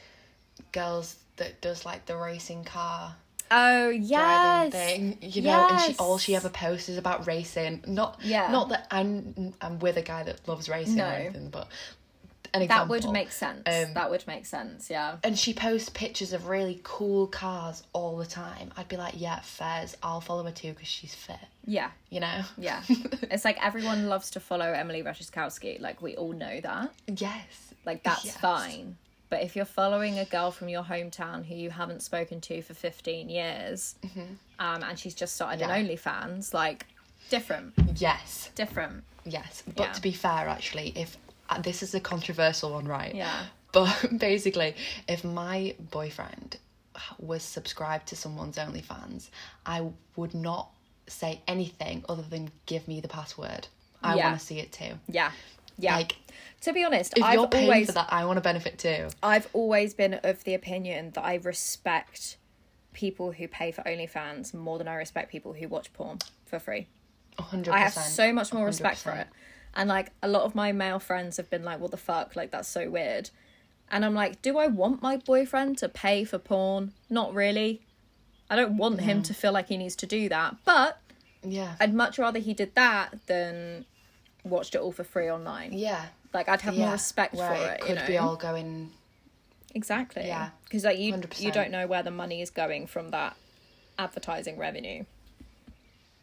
Speaker 1: girls that does like the racing car
Speaker 2: oh
Speaker 1: driving
Speaker 2: yes
Speaker 1: thing, you know, and she all she
Speaker 2: Yes.
Speaker 1: ever posts is about racing. Not
Speaker 2: Yeah.
Speaker 1: not that I'm I'm with a guy that loves racing
Speaker 2: No.
Speaker 1: or anything, but an example.
Speaker 2: that would make sense
Speaker 1: Um,
Speaker 2: that would make sense yeah
Speaker 1: and she posts pictures of really cool cars all the time. I'd be like, yeah, fairs. I'll follow her too because she's fit.
Speaker 2: yeah
Speaker 1: You know.
Speaker 2: yeah it's like everyone loves to follow emily ratajkowski like we all know that
Speaker 1: yes.
Speaker 2: Like that's
Speaker 1: Yes.
Speaker 2: fine. But if you're following a girl from your hometown who you haven't spoken to for 15 years, um, and she's just started
Speaker 1: Mm-hmm. Yeah.
Speaker 2: an OnlyFans, like different,
Speaker 1: Yes.
Speaker 2: different.
Speaker 1: Yes, but
Speaker 2: Yeah.
Speaker 1: to be fair, actually, if uh, this is a controversial one, right?
Speaker 2: Yeah.
Speaker 1: But basically, if my boyfriend was subscribed to someone's OnlyFans, I would not say anything other than give me the password. I
Speaker 2: Yeah.
Speaker 1: want to see it too.
Speaker 2: Yeah, yeah.
Speaker 1: Like,
Speaker 2: to be honest,
Speaker 1: if
Speaker 2: I've
Speaker 1: you're paying
Speaker 2: always
Speaker 1: for that, I want to benefit too.
Speaker 2: I've always been of the opinion that I respect people who pay for OnlyFans more than I respect people who watch porn for free.
Speaker 1: 100%.
Speaker 2: I have so much more respect for
Speaker 1: 100%.
Speaker 2: it. And like a lot of my male friends have been like, what the fuck? Like, that's so weird. And I'm like, do I want my boyfriend to pay for porn? Not really. I don't want him to feel like he needs to do that. But
Speaker 1: yeah.
Speaker 2: I'd much rather he did that than watched it all for free online.
Speaker 1: yeah.
Speaker 2: Like, I'd have
Speaker 1: yeah.
Speaker 2: more respect
Speaker 1: Where
Speaker 2: for it.
Speaker 1: could
Speaker 2: you know?
Speaker 1: be all going.
Speaker 2: Exactly.
Speaker 1: Yeah.
Speaker 2: Because like you, you
Speaker 1: 100%.
Speaker 2: don't know where the money is going from that advertising revenue.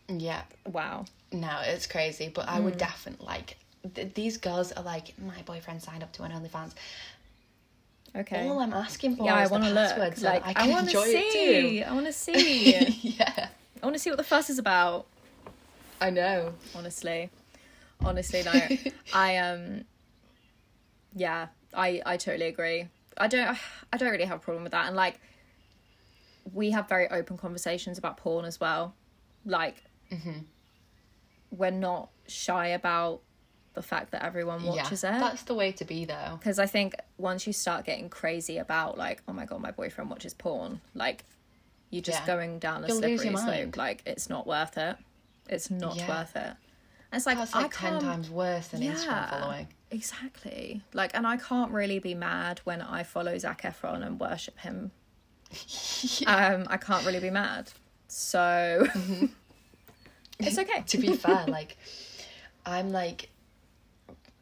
Speaker 1: Yeah.
Speaker 2: Wow.
Speaker 1: No, it's crazy, but I
Speaker 2: Mm.
Speaker 1: would definitely like. Th- these girls are like, my boyfriend signed up to an OnlyFans.
Speaker 2: Okay.
Speaker 1: All I'm asking for
Speaker 2: yeah, I
Speaker 1: is the
Speaker 2: want to
Speaker 1: password
Speaker 2: look.
Speaker 1: so that
Speaker 2: Like,
Speaker 1: I
Speaker 2: I,
Speaker 1: can
Speaker 2: want to
Speaker 1: enjoy
Speaker 2: see.
Speaker 1: it
Speaker 2: I want to see.
Speaker 1: too. yeah,
Speaker 2: I want to see what the fuss is about.
Speaker 1: I know.
Speaker 2: Honestly, honestly, no. I um, yeah, I I totally agree. I don't I don't really have a problem with that. And like, we have very open conversations about porn as well. Like,
Speaker 1: Mm-hmm.
Speaker 2: we're not shy about the fact that everyone watches
Speaker 1: yeah,
Speaker 2: it.
Speaker 1: that's the way to be though.
Speaker 2: because I think once you start getting crazy about like, oh my god, my boyfriend watches porn, like you're just
Speaker 1: Yeah.
Speaker 2: going down a
Speaker 1: You'll
Speaker 2: slippery
Speaker 1: lose your
Speaker 2: slope.
Speaker 1: mind.
Speaker 2: Like it's not worth it. It's not
Speaker 1: Yeah.
Speaker 2: worth it. And it's like,
Speaker 1: That's
Speaker 2: I
Speaker 1: like ten
Speaker 2: can't.
Speaker 1: times worse than Instagram following.
Speaker 2: Exactly. Like, and I can't really be mad when I follow Zac Efron and worship him. Um, I can't really be mad. So it's okay.
Speaker 1: To be fair, like I'm like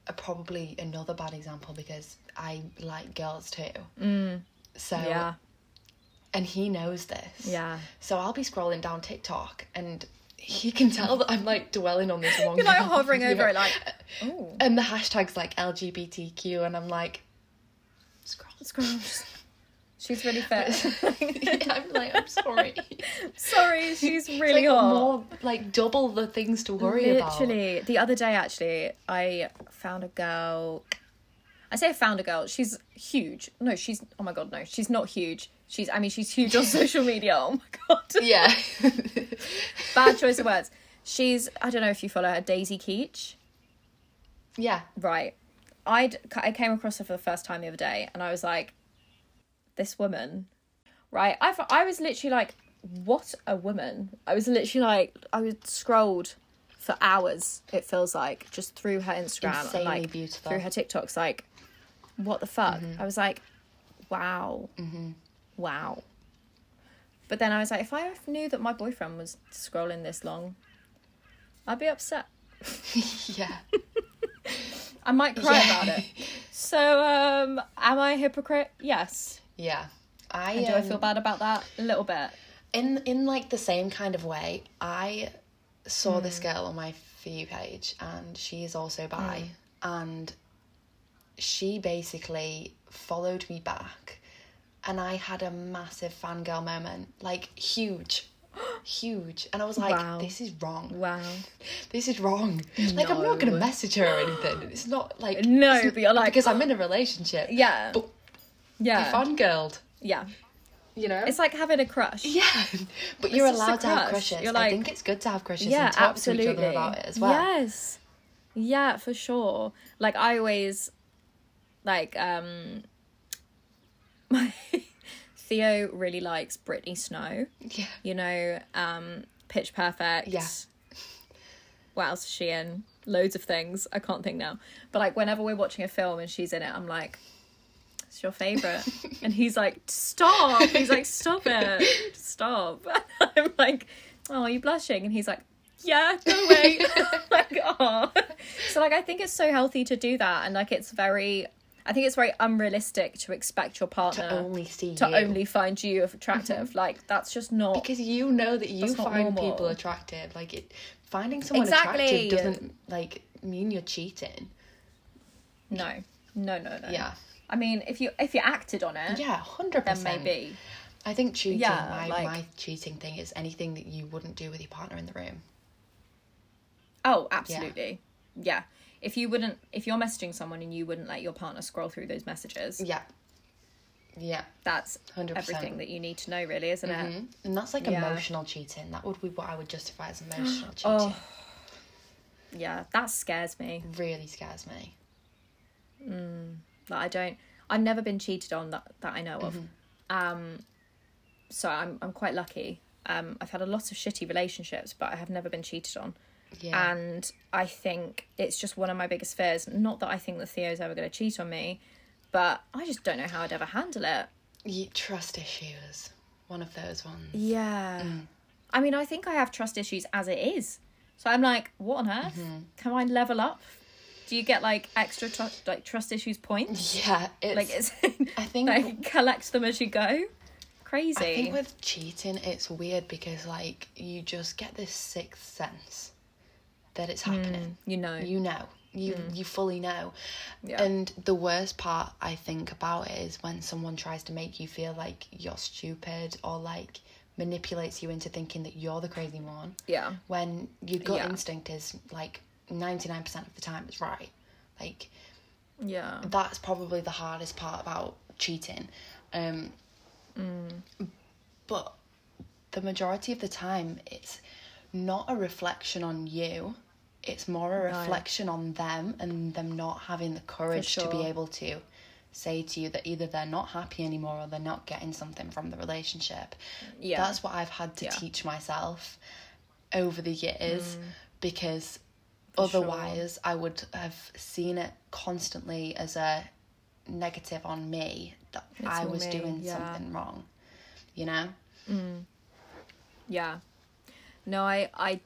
Speaker 1: a, probably another bad example because I like girls too. Mm. So
Speaker 2: yeah,
Speaker 1: and he knows this.
Speaker 2: yeah.
Speaker 1: So I'll be scrolling down TikTok and he can tell that I'm like dwelling on this wrong.
Speaker 2: You're like
Speaker 1: girl,
Speaker 2: hovering
Speaker 1: you
Speaker 2: over
Speaker 1: know?
Speaker 2: it, like, oh,
Speaker 1: and the hashtag's like LGBTQ and I'm like scroll
Speaker 2: scrolls. She's really fit.
Speaker 1: I'm like, I'm sorry.
Speaker 2: Sorry, she's really
Speaker 1: like
Speaker 2: hot.
Speaker 1: more like double the things to worry about.
Speaker 2: Literally, the other day actually, I found a girl. I say I found a girl. She's huge. No, she's oh my god, no, she's not huge. She's, I mean, she's huge on social media. Oh my god.
Speaker 1: Yeah.
Speaker 2: Bad choice of words. She's, I don't know if you follow her, Daisy Keach.
Speaker 1: yeah.
Speaker 2: Right. I'd, I came across her for the first time the other day and I was like, this woman. Right. I, fo- I was literally like, what a woman. I was literally like, I was scrolled for hours, it feels like, just through her Instagram.
Speaker 1: Insanely
Speaker 2: and like,
Speaker 1: beautiful. Mm-hmm.
Speaker 2: Through her TikToks. Like, what the fuck? I was like, wow. Wow. But then I was like, if I knew that my boyfriend was scrolling this long, I'd be upset.
Speaker 1: Yeah.
Speaker 2: I might cry
Speaker 1: Yeah.
Speaker 2: about it. So, um, am I a hypocrite? Yes.
Speaker 1: Yeah. I
Speaker 2: And do I
Speaker 1: um,
Speaker 2: feel bad about that? A little bit.
Speaker 1: in in like the same kind of way, I saw this
Speaker 2: Hmm.
Speaker 1: girl on my for you page, and she is also bi,
Speaker 2: Hmm.
Speaker 1: and she basically followed me back, and I had a massive fangirl moment, like huge, huge, and I was like,
Speaker 2: Wow.
Speaker 1: this is wrong.
Speaker 2: Wow.
Speaker 1: This is wrong. Like I'm not gonna message her or anything. It's not like
Speaker 2: No,
Speaker 1: it's
Speaker 2: but you're like-
Speaker 1: because I'm in a relationship.
Speaker 2: Yeah.
Speaker 1: But-
Speaker 2: yeah.
Speaker 1: I fangirled.
Speaker 2: Yeah.
Speaker 1: You know,
Speaker 2: It's like having a crush.
Speaker 1: yeah, but you're
Speaker 2: It's just a
Speaker 1: allowed to have
Speaker 2: crush.
Speaker 1: crushes.
Speaker 2: You're
Speaker 1: I
Speaker 2: like-
Speaker 1: think it's good to have crushes
Speaker 2: yeah,
Speaker 1: and talk
Speaker 2: absolutely.
Speaker 1: to each other about it as well.
Speaker 2: Yes. Yeah, for sure. Like I always like um my Theo really likes Britney Snow.
Speaker 1: Yeah.
Speaker 2: You know, um Pitch Perfect.
Speaker 1: Yeah.
Speaker 2: What else is she in? Loads of things. I can't think now. But like whenever we're watching a film and she's in it, I'm like, it's your favourite. and he's like, Stop. He's like, Stop it. Stop. I'm like, Oh, are you blushing? And he's like, Yeah, no way. like, oh. So like I think it's so healthy to do that and like it's very I think it's very unrealistic to expect your partner
Speaker 1: To only see
Speaker 2: to
Speaker 1: you. Mm-hmm.
Speaker 2: only find you attractive. Like that's just not
Speaker 1: because you know that you
Speaker 2: That's not
Speaker 1: find
Speaker 2: normal.
Speaker 1: people attractive. Like it, finding someone
Speaker 2: Exactly.
Speaker 1: attractive doesn't like mean you're cheating.
Speaker 2: no. No, no, no.
Speaker 1: Yeah.
Speaker 2: I mean, if you if you acted on it,
Speaker 1: Yeah, hundred
Speaker 2: then
Speaker 1: percent.
Speaker 2: maybe.
Speaker 1: I think cheating.
Speaker 2: Yeah,
Speaker 1: my,
Speaker 2: like-
Speaker 1: my cheating thing is anything that you wouldn't do with your partner in the room.
Speaker 2: Oh, absolutely. Yeah. If you wouldn't if you're messaging someone and you wouldn't let your partner scroll through those messages,
Speaker 1: Yeah, yeah,
Speaker 2: that's
Speaker 1: 100%.
Speaker 2: everything that you need to know really, isn't it?
Speaker 1: and that's like
Speaker 2: Yeah.
Speaker 1: emotional cheating. That would be what I would justify as emotional cheating.
Speaker 2: Oh. Yeah, that scares me.
Speaker 1: Really scares me.
Speaker 2: Like I don't I've never been cheated on that that I know of. Um
Speaker 1: Mm-hmm.
Speaker 2: so I'm I'm quite lucky. Um I've had a lot of shitty relationships, but I have never been cheated on.
Speaker 1: Yeah,
Speaker 2: And I think it's just one of my biggest fears. Not that I think that Theo's ever going to cheat on me, but I just don't know how I'd ever handle it.
Speaker 1: Ye- trust issues. One of those ones.
Speaker 2: Yeah. I mean, I think I have trust issues as it is. So I'm like, what on earth?
Speaker 1: Mm-hmm.
Speaker 2: Can I level up? Do you get like extra trust like trust issues points?
Speaker 1: Yeah, it's,
Speaker 2: Mm. Like it's
Speaker 1: I think-
Speaker 2: like collect them as you go. Crazy.
Speaker 1: I think with cheating, it's weird because like you just get this sixth sense that it's happening.
Speaker 2: you know.
Speaker 1: You know, you you fully know.
Speaker 2: Mm. Yeah.
Speaker 1: And the worst part I think about it is when someone tries to make you feel like you're stupid or like manipulates you into thinking that you're the crazy one.
Speaker 2: yeah.
Speaker 1: When your gut
Speaker 2: Yeah.
Speaker 1: instinct is like ninety nine percent of the time it's right. Like
Speaker 2: Yeah.
Speaker 1: that's probably the hardest part about cheating. Um, But the majority of the time, it's not a reflection on you. It's more a
Speaker 2: No.
Speaker 1: reflection on them and them not having the courage to be
Speaker 2: sure.
Speaker 1: able to say to you that either they're not happy anymore or they're not getting something from the relationship.
Speaker 2: Yeah.
Speaker 1: That's what I've had to
Speaker 2: Yeah. Mm.
Speaker 1: teach myself over the years because
Speaker 2: sure.
Speaker 1: otherwise I would have seen it constantly as a negative on me that I
Speaker 2: all
Speaker 1: was
Speaker 2: me,
Speaker 1: doing
Speaker 2: yeah.
Speaker 1: something wrong. You know?
Speaker 2: Yeah. No, I I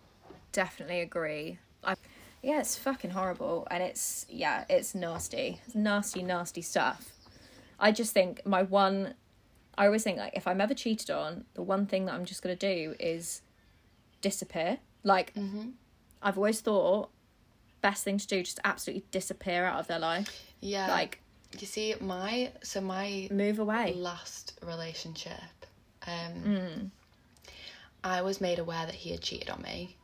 Speaker 2: definitely agree. I yeah, it's fucking horrible and it's yeah, it's nasty. It's nasty, nasty stuff. I just think my one I always think like if I'm ever cheated on, the one thing that I'm just gonna do is disappear. Like I've always thought best thing to do just absolutely disappear out of their life.
Speaker 1: Yeah.
Speaker 2: Like
Speaker 1: you see my so my
Speaker 2: move away.
Speaker 1: last relationship um
Speaker 2: Mm.
Speaker 1: I was made aware that he had cheated on me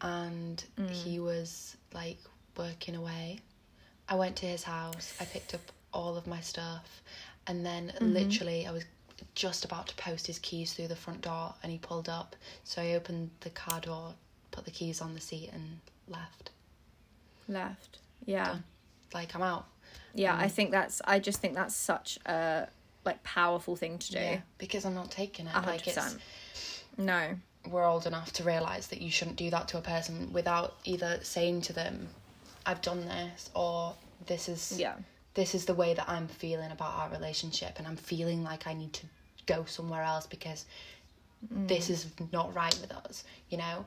Speaker 1: and
Speaker 2: Mm.
Speaker 1: he was like working away. I
Speaker 2: Mm-hmm.
Speaker 1: went to his house, I picked up all of my stuff and then literally I was just about to post his keys through the front door and he pulled up. So I opened the car door, put the keys on the seat, and left.
Speaker 2: Left. Yeah.
Speaker 1: Like, I'm out.
Speaker 2: Yeah, I think that's I just think that's such a like powerful thing to do.
Speaker 1: Because I'm not taking it.
Speaker 2: A hundred
Speaker 1: Like, it's,
Speaker 2: percent. No.
Speaker 1: we're old enough to realise that you shouldn't do that to a person without either saying to them, I've done this, or this is
Speaker 2: Yeah.
Speaker 1: this is the way that I'm feeling about our relationship, and I'm feeling like I need to go somewhere else because this is not right with us. You know,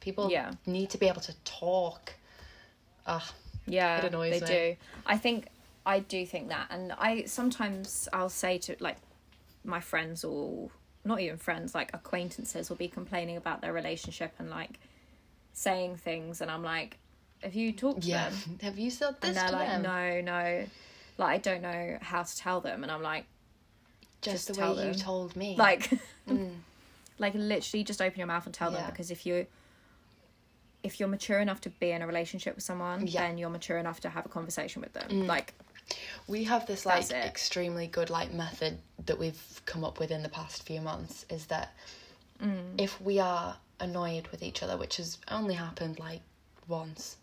Speaker 1: people
Speaker 2: Mm. Yeah.
Speaker 1: need to be able to talk. Ugh,
Speaker 2: Yeah,
Speaker 1: It annoys me.
Speaker 2: they do. I think I do think that, and I sometimes I'll say to like my friends or not even friends, like acquaintances, will be complaining about their relationship and like saying things, and I'm like, "Have you talked to
Speaker 1: yeah.
Speaker 2: them?"
Speaker 1: Have you said this
Speaker 2: and they're
Speaker 1: to
Speaker 2: like,
Speaker 1: them?
Speaker 2: "No, no." Like I don't know how to tell them, and I'm like,
Speaker 1: just,
Speaker 2: just
Speaker 1: the way
Speaker 2: tell
Speaker 1: you
Speaker 2: them.
Speaker 1: told me.
Speaker 2: like, like literally just open your mouth and tell them
Speaker 1: Mm. Yeah.
Speaker 2: because if you if you're mature enough to be in a relationship with someone,
Speaker 1: Yeah. Mm.
Speaker 2: then you're mature enough to have a conversation with them. Like
Speaker 1: We have this like
Speaker 2: That's it.
Speaker 1: extremely good like method that we've come up with in the past few months is that
Speaker 2: Mm.
Speaker 1: if we are annoyed with each other, which has only happened like once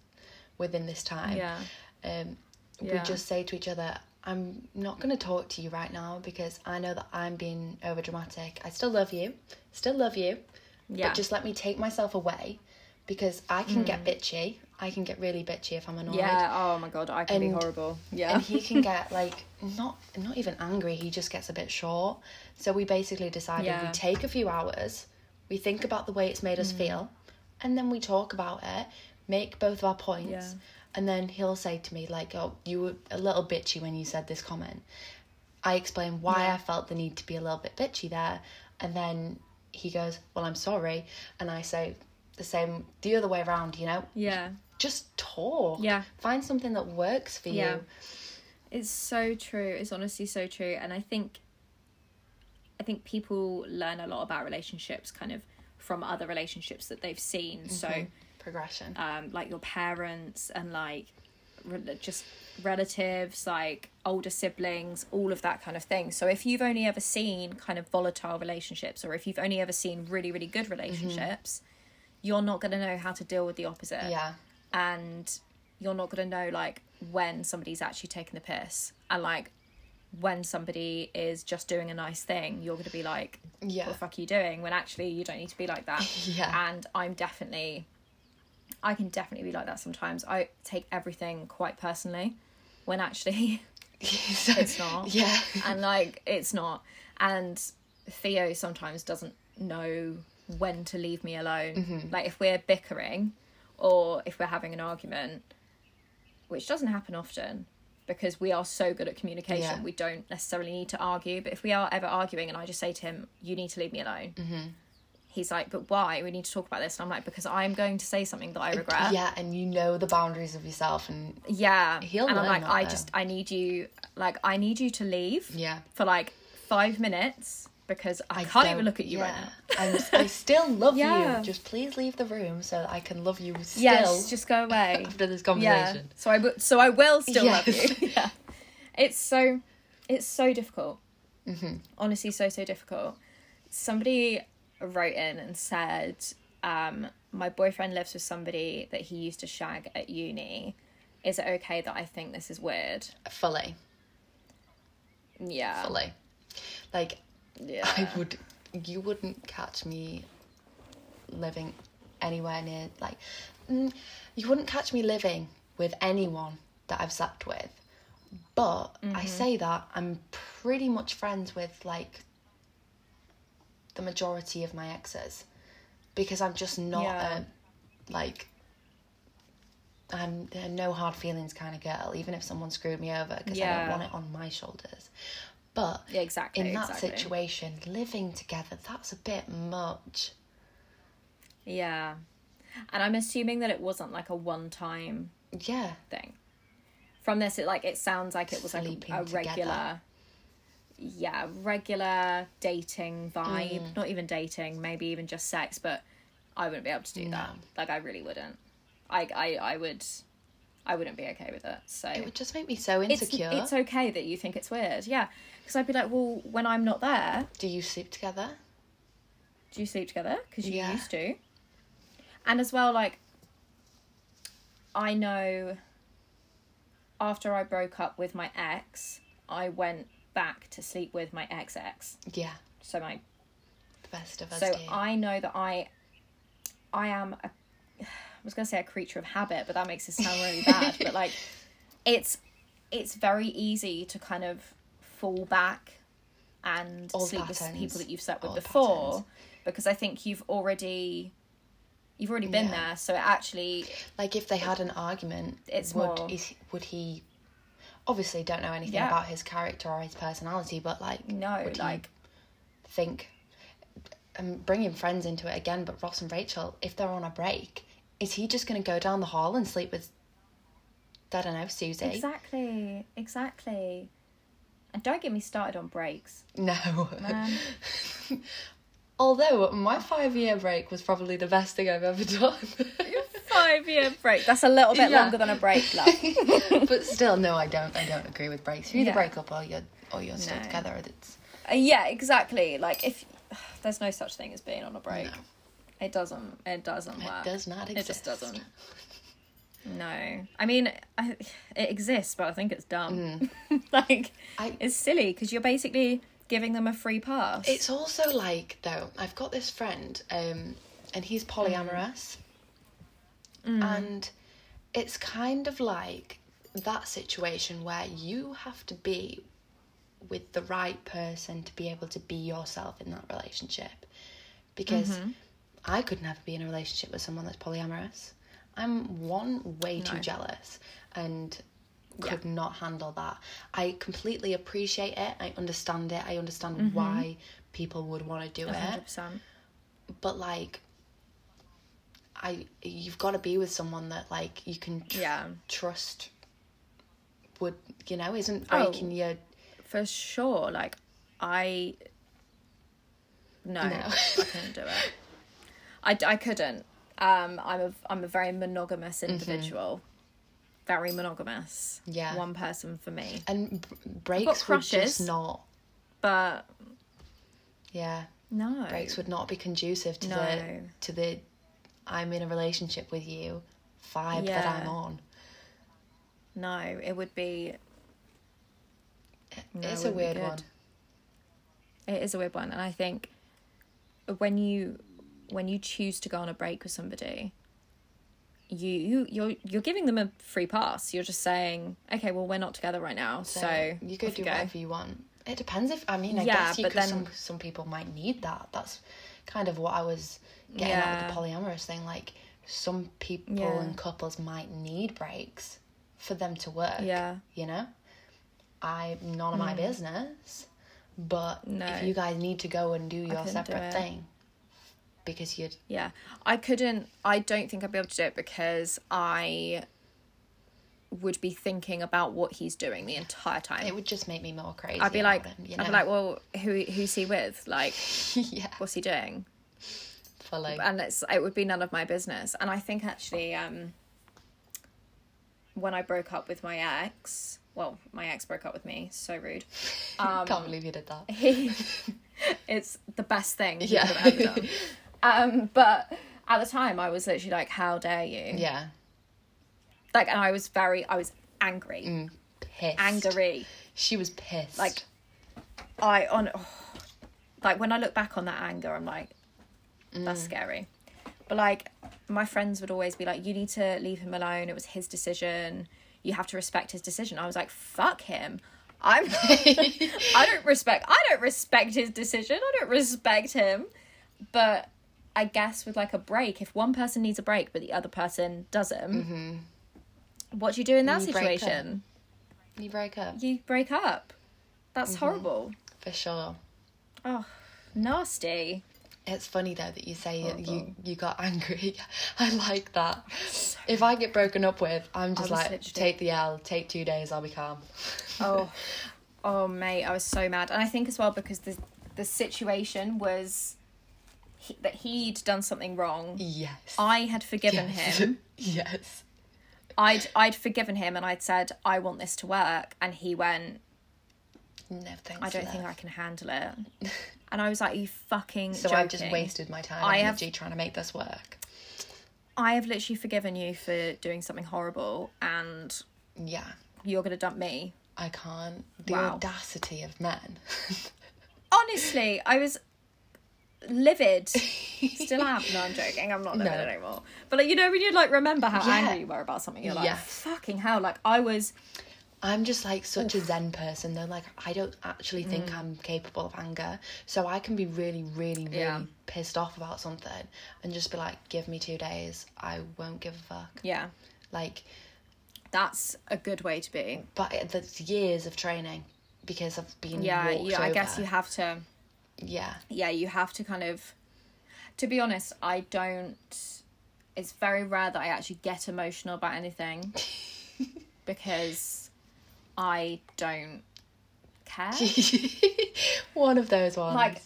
Speaker 1: within this time,
Speaker 2: Yeah.
Speaker 1: um, we
Speaker 2: Yeah.
Speaker 1: just say to each other, "I'm not going to talk to you right now because I know that I'm being overdramatic. I still love you, still love you,
Speaker 2: Yeah.
Speaker 1: but just let me take myself away because I can get bitchy. I can get really bitchy if I'm annoyed."
Speaker 2: Mm. Yeah. Oh my god, I can be
Speaker 1: And-
Speaker 2: horrible. Yeah.
Speaker 1: and he can get like not not even angry he just gets a bit short so we basically decided we
Speaker 2: Yeah. Mm.
Speaker 1: take a few hours we think about the way it's made us feel and then we talk about it make both of our points
Speaker 2: Yeah.
Speaker 1: and then he'll say to me like oh you were a little bitchy when you said this comment i explain why i felt the need to be a little bit bitchy there and then he goes well i'm sorry and i say the same the other way around you know
Speaker 2: yeah.
Speaker 1: just talk
Speaker 2: Yeah.
Speaker 1: find something that works for
Speaker 2: Yeah.
Speaker 1: you
Speaker 2: It's so true. It's honestly so true. And I think I think people learn a lot about relationships kind of from other relationships that they've seen.
Speaker 1: Mm-hmm.
Speaker 2: So
Speaker 1: progression.
Speaker 2: um like your parents and like re- just relatives like older siblings all of that kind of thing so if you've only ever seen kind of volatile relationships or if you've only ever seen really really good relationships you're not going to know how to deal with the opposite
Speaker 1: yeah.
Speaker 2: and you're not going to know like when somebody's actually taking the piss and like when somebody is just doing a nice thing you're going to be like
Speaker 1: Yeah.
Speaker 2: what the fuck are you doing when actually you don't need to be like that
Speaker 1: Yeah.
Speaker 2: and i'm definitely i can definitely be like that sometimes i take everything quite personally when actually it's not
Speaker 1: yeah.
Speaker 2: and like it's not and theo sometimes doesn't know when to leave me alone
Speaker 1: Mm-hmm.
Speaker 2: like if we're bickering or if we're having an argument which doesn't happen often because we are so good at communication
Speaker 1: Yeah.
Speaker 2: we don't necessarily need to argue but if we are ever arguing and i just say to him you need to leave me alone
Speaker 1: Mm-hmm.
Speaker 2: he's like but why we need to talk about this and i'm like because i'm going to say something that i regret
Speaker 1: Yeah, and you know the boundaries of yourself and
Speaker 2: yeah
Speaker 1: He'll
Speaker 2: and i'm
Speaker 1: learn
Speaker 2: like
Speaker 1: that,
Speaker 2: i
Speaker 1: though.
Speaker 2: just i need you like i need you to leave
Speaker 1: yeah.
Speaker 2: for like five minutes because I, can't even
Speaker 1: don't-
Speaker 2: look at you
Speaker 1: yeah.
Speaker 2: right now.
Speaker 1: I'm, I still love
Speaker 2: Yeah.
Speaker 1: you. Just please leave the room so that I can love you still
Speaker 2: Yes, just go away.
Speaker 1: after this
Speaker 2: yeah.
Speaker 1: conversation.
Speaker 2: So I w- so I will still
Speaker 1: Yes.
Speaker 2: love you. yeah. It's so it's so difficult. Mm-hmm. Honestly, so so difficult. Somebody wrote in and said, um, "My boyfriend lives with somebody that he used to shag at uni. Is it okay that I think this is weird?"
Speaker 1: Fully.
Speaker 2: Yeah.
Speaker 1: Fully. Like
Speaker 2: Yeah.
Speaker 1: I would you wouldn't catch me living anywhere near like mm, you wouldn't catch me living with anyone that I've slept with. But I
Speaker 2: Mm-hmm.
Speaker 1: say that I'm pretty much friends with like the majority of my exes because I'm just not
Speaker 2: Yeah.
Speaker 1: a like I'm a no hard feelings kind of girl even if someone screwed me over because I
Speaker 2: Yeah.
Speaker 1: don't want it on my shoulders. But
Speaker 2: Yeah, exactly,
Speaker 1: in that
Speaker 2: exactly.
Speaker 1: situation, living together, that's a bit much.
Speaker 2: Yeah. And I'm assuming that it wasn't like a one-time
Speaker 1: Yeah.
Speaker 2: thing. From this, it like it sounds like it was like
Speaker 1: Sleeping
Speaker 2: a, a
Speaker 1: together.
Speaker 2: regular, yeah, regular dating vibe.
Speaker 1: Mm.
Speaker 2: Not even dating, maybe even just sex. But I wouldn't be able to do that. Like I really wouldn't. I I I would. I wouldn't be okay with it. So
Speaker 1: It would just make me so
Speaker 2: it's
Speaker 1: insecure.
Speaker 2: it's okay that you think it's weird, yeah. Because I'd be like, well, when I'm not there,
Speaker 1: Do you sleep together?
Speaker 2: do you sleep together? Because you
Speaker 1: Yeah.
Speaker 2: used to. And as well, like, I know after I broke up with my ex, I went back to sleep with my ex ex.
Speaker 1: Yeah,
Speaker 2: So my
Speaker 1: the best of us
Speaker 2: so
Speaker 1: do.
Speaker 2: I know that I I am a I was gonna say a creature of habit, but that makes it sound really bad. But like it's it's very easy to kind of fall back and
Speaker 1: Old
Speaker 2: sleep with
Speaker 1: patterns.
Speaker 2: people that you've slept with
Speaker 1: Old
Speaker 2: before
Speaker 1: patterns.
Speaker 2: because I think you've already you've already been
Speaker 1: Yeah.
Speaker 2: there, so it actually
Speaker 1: like if they had an argument,
Speaker 2: It's
Speaker 1: would
Speaker 2: more-
Speaker 1: is, would he? Obviously, don't know anything
Speaker 2: Yeah.
Speaker 1: about his character or his personality, but like
Speaker 2: no,
Speaker 1: would he
Speaker 2: like
Speaker 1: think and bringing friends into it again. But Ross and Rachel, if they're on a break, is he just going to go down the hall and sleep with? I don't know, Susie.
Speaker 2: exactly, exactly. And don't get me started on breaks.
Speaker 1: No.
Speaker 2: Man.
Speaker 1: Although my five year break was probably the best thing I've ever done.
Speaker 2: Five year break. That's a little bit
Speaker 1: Yeah.
Speaker 2: longer than a break, love.
Speaker 1: but still, no, I don't. I don't agree with breaks. You either
Speaker 2: Yeah.
Speaker 1: break up or you're or you're still
Speaker 2: No.
Speaker 1: together. and It's
Speaker 2: Uh, yeah, exactly. Like if there's no such thing as being on a break. It doesn't. It doesn't
Speaker 1: it
Speaker 2: work.
Speaker 1: does not
Speaker 2: It
Speaker 1: exist.
Speaker 2: just doesn't. No, I mean, I, it exists, but I think it's dumb. like
Speaker 1: Mm. I-
Speaker 2: it's silly because you're basically giving them a free pass.
Speaker 1: It's also like though. I've got this friend, um, and he's polyamorous,
Speaker 2: Mm.
Speaker 1: and it's kind of like that situation where you have to be with the right person to be able to be yourself in that relationship, because
Speaker 2: Mm-hmm.
Speaker 1: I could never be in a relationship with someone that's polyamorous. I'm one way too
Speaker 2: No.
Speaker 1: jealous, and
Speaker 2: Yeah.
Speaker 1: could not handle that. I completely appreciate it. I understand it. I understand why people would want to do
Speaker 2: Mm-hmm. hundred
Speaker 1: it.
Speaker 2: percent.
Speaker 1: But like I you've got to be with someone that like you can tr-
Speaker 2: Yeah.
Speaker 1: trust would you know isn't
Speaker 2: Oh.
Speaker 1: breaking your
Speaker 2: for sure. Like I no,
Speaker 1: No.
Speaker 2: I couldn't do it. I, I couldn't. Um, I'm a I'm a very monogamous
Speaker 1: Mm-hmm.
Speaker 2: individual. Very monogamous.
Speaker 1: Yeah.
Speaker 2: one person for me.
Speaker 1: and b- breaks would just
Speaker 2: crushes.
Speaker 1: not
Speaker 2: But
Speaker 1: yeah
Speaker 2: no,
Speaker 1: breaks would not be conducive to the
Speaker 2: Um, No.
Speaker 1: to the I'm in a relationship with you vibe that
Speaker 2: Yeah.
Speaker 1: I'm on.
Speaker 2: no, it would be. No,
Speaker 1: it's
Speaker 2: it
Speaker 1: a
Speaker 2: wouldn't be
Speaker 1: weird
Speaker 2: good.
Speaker 1: one.
Speaker 2: It is a weird one, and I think when you when you choose to go on a break with somebody, you you you're you're giving them a free pass. You're just saying, okay, well, we're not together right now, so,
Speaker 1: So you go
Speaker 2: off
Speaker 1: do whatever you want. It depends if I mean I
Speaker 2: Yeah,
Speaker 1: guess you
Speaker 2: but
Speaker 1: could,
Speaker 2: then-
Speaker 1: some some people might need that. That's kind of what I was getting at with the polyamorous thing. Like some people
Speaker 2: Yeah.
Speaker 1: and couples might need breaks for them to work.
Speaker 2: Yeah.
Speaker 1: You know? I none of my business. But
Speaker 2: Hmm. No.
Speaker 1: if you guys need to go and do your
Speaker 2: couldn't do
Speaker 1: separate
Speaker 2: it.
Speaker 1: thing because you're
Speaker 2: Yeah. I couldn't I don't think I'd be able to do it because I would be thinking about what he's doing the entire time.
Speaker 1: it would just make me more crazy.
Speaker 2: I'd be
Speaker 1: about
Speaker 2: like
Speaker 1: them, you
Speaker 2: I'd be
Speaker 1: know?
Speaker 2: like, well, who who's he with? Like,
Speaker 1: yeah,
Speaker 2: what's he doing?
Speaker 1: follow.
Speaker 2: and it's it would be none of my business. And I think actually, um, when I broke up with my ex, well, my ex broke up with me. So rude. um,
Speaker 1: Can't believe you did that.
Speaker 2: it's the best thing you
Speaker 1: Yeah.
Speaker 2: could have ever done. um, but at the time, I was literally like, "How dare you!"
Speaker 1: Yeah.
Speaker 2: Like, and I was very, I was angry,
Speaker 1: Mm. Pissed.
Speaker 2: angry.
Speaker 1: She was pissed.
Speaker 2: Like, I on, like when I look back on that anger, I'm like,
Speaker 1: Mm.
Speaker 2: that's scary. But like, my friends would always be like, you need to leave him alone. It was his decision. You have to respect his decision. I was like, fuck him. I'm. I don't respect. I don't respect his decision. I don't respect him. But I guess with like a break, if one person needs a break but the other person doesn't, what do you do in that
Speaker 1: Mm-hmm. You break up.
Speaker 2: situation?
Speaker 1: You break up
Speaker 2: You break up. That's
Speaker 1: Mm-hmm.
Speaker 2: horrible.
Speaker 1: for sure.
Speaker 2: Oh, nasty.
Speaker 1: It's funny though that you say you- you
Speaker 2: Horrible.
Speaker 1: you got angry. I like that. If I get broken up with, I'm just
Speaker 2: I was
Speaker 1: like
Speaker 2: literally-
Speaker 1: take the L, take two days, I'll be calm.
Speaker 2: Oh, oh, mate, I was so mad, and I think as well because the the situation was he, that he'd done something wrong.
Speaker 1: yes.
Speaker 2: I had forgiven
Speaker 1: yes.
Speaker 2: him,
Speaker 1: yes.
Speaker 2: I'd I'd forgiven him and I'd said I want this to work, and he went,
Speaker 1: No, thanks.
Speaker 2: I don't think I can handle it. And I was like, you fucking.
Speaker 1: So I've just
Speaker 2: joking.
Speaker 1: wasted my time
Speaker 2: I
Speaker 1: and
Speaker 2: have-
Speaker 1: energy trying to make this work.
Speaker 2: I have literally forgiven you for doing something horrible, and
Speaker 1: Yeah,
Speaker 2: you're gonna dump me.
Speaker 1: I can't. The
Speaker 2: Wow.
Speaker 1: audacity of men.
Speaker 2: Honestly, I was livid. Still am. No, I'm joking. I'm not livid
Speaker 1: No.
Speaker 2: anymore. But like, you know when you like remember how
Speaker 1: Yeah.
Speaker 2: angry you were about something, you're like,
Speaker 1: Yes.
Speaker 2: fucking hell. Like I was.
Speaker 1: I'm just like such a zen person though. Like I don't actually think I'm capable of anger, so I can be really, really, really
Speaker 2: Yeah.
Speaker 1: pissed off about something and just be like, "Give me two days. I won't give a fuck."
Speaker 2: Yeah,
Speaker 1: Like,
Speaker 2: that's a good way to be.
Speaker 1: but it- that's years of training because I've been
Speaker 2: Yeah,
Speaker 1: Walked
Speaker 2: yeah. I guess
Speaker 1: over.
Speaker 2: you have to.
Speaker 1: yeah
Speaker 2: yeah, you have to kind of. To be honest, I don't. It's very rare that I actually get emotional about anything because I don't care.
Speaker 1: one of those ones.
Speaker 2: Like,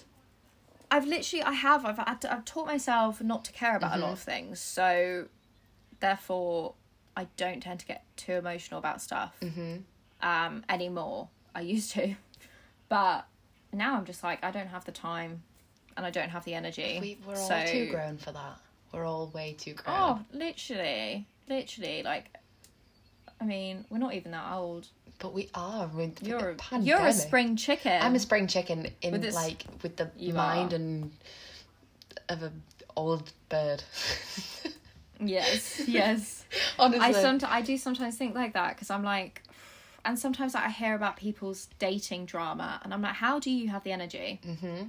Speaker 2: I've literally, I have, I've, had to, I've taught myself not to care about a
Speaker 1: Mm-hmm.
Speaker 2: lot of things. So, therefore, I don't tend to get too emotional about stuff
Speaker 1: Mm-hmm.
Speaker 2: um, anymore. I used to, but now I'm just like, I don't have the time and I don't have the energy.
Speaker 1: we, we're all
Speaker 2: so-
Speaker 1: too grown for that. We're all way too grown.
Speaker 2: Oh, literally, literally, like. I mean, we're not even that old.
Speaker 1: But we are with
Speaker 2: You're
Speaker 1: the
Speaker 2: a,
Speaker 1: pandemic.
Speaker 2: you're a spring chicken.
Speaker 1: I'm a spring chicken in
Speaker 2: With this-
Speaker 1: like with the
Speaker 2: You
Speaker 1: mind
Speaker 2: are.
Speaker 1: and of a old bird.
Speaker 2: yes, yes.
Speaker 1: Honestly,
Speaker 2: I some I do sometimes think like that because I'm like, and sometimes like, I hear about people's dating drama, and I'm like, how do you have the energy? Mm-hmm.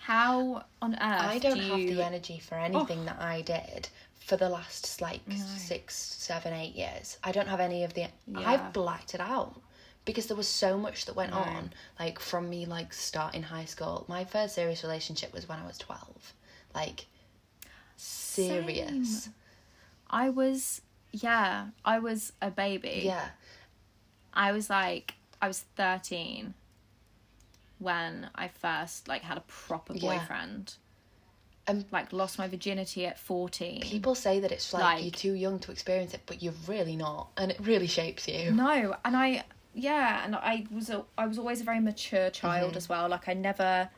Speaker 2: How on earth?
Speaker 1: I don't
Speaker 2: do
Speaker 1: have
Speaker 2: you... Oh.
Speaker 1: the energy for anything that I did for the last like six, seven, eight years. I don't have any of the.
Speaker 2: Yeah.
Speaker 1: I've blacked it out because there was so much that went on. Like from me, like starting high school. My first serious relationship was when I was twelve. Like serious,
Speaker 2: I was yeah, I was a baby.
Speaker 1: yeah.
Speaker 2: I was like I was thirteen when I first like had a proper
Speaker 1: Yeah. Um,
Speaker 2: boyfriend.
Speaker 1: And-
Speaker 2: like lost my virginity at fourteen.
Speaker 1: People say that it's like, you're
Speaker 2: Like-
Speaker 1: too young to experience it, but you're really not, and it really shapes you.
Speaker 2: No, and I yeah, and I was a, I was always a very mature child as well. Like I never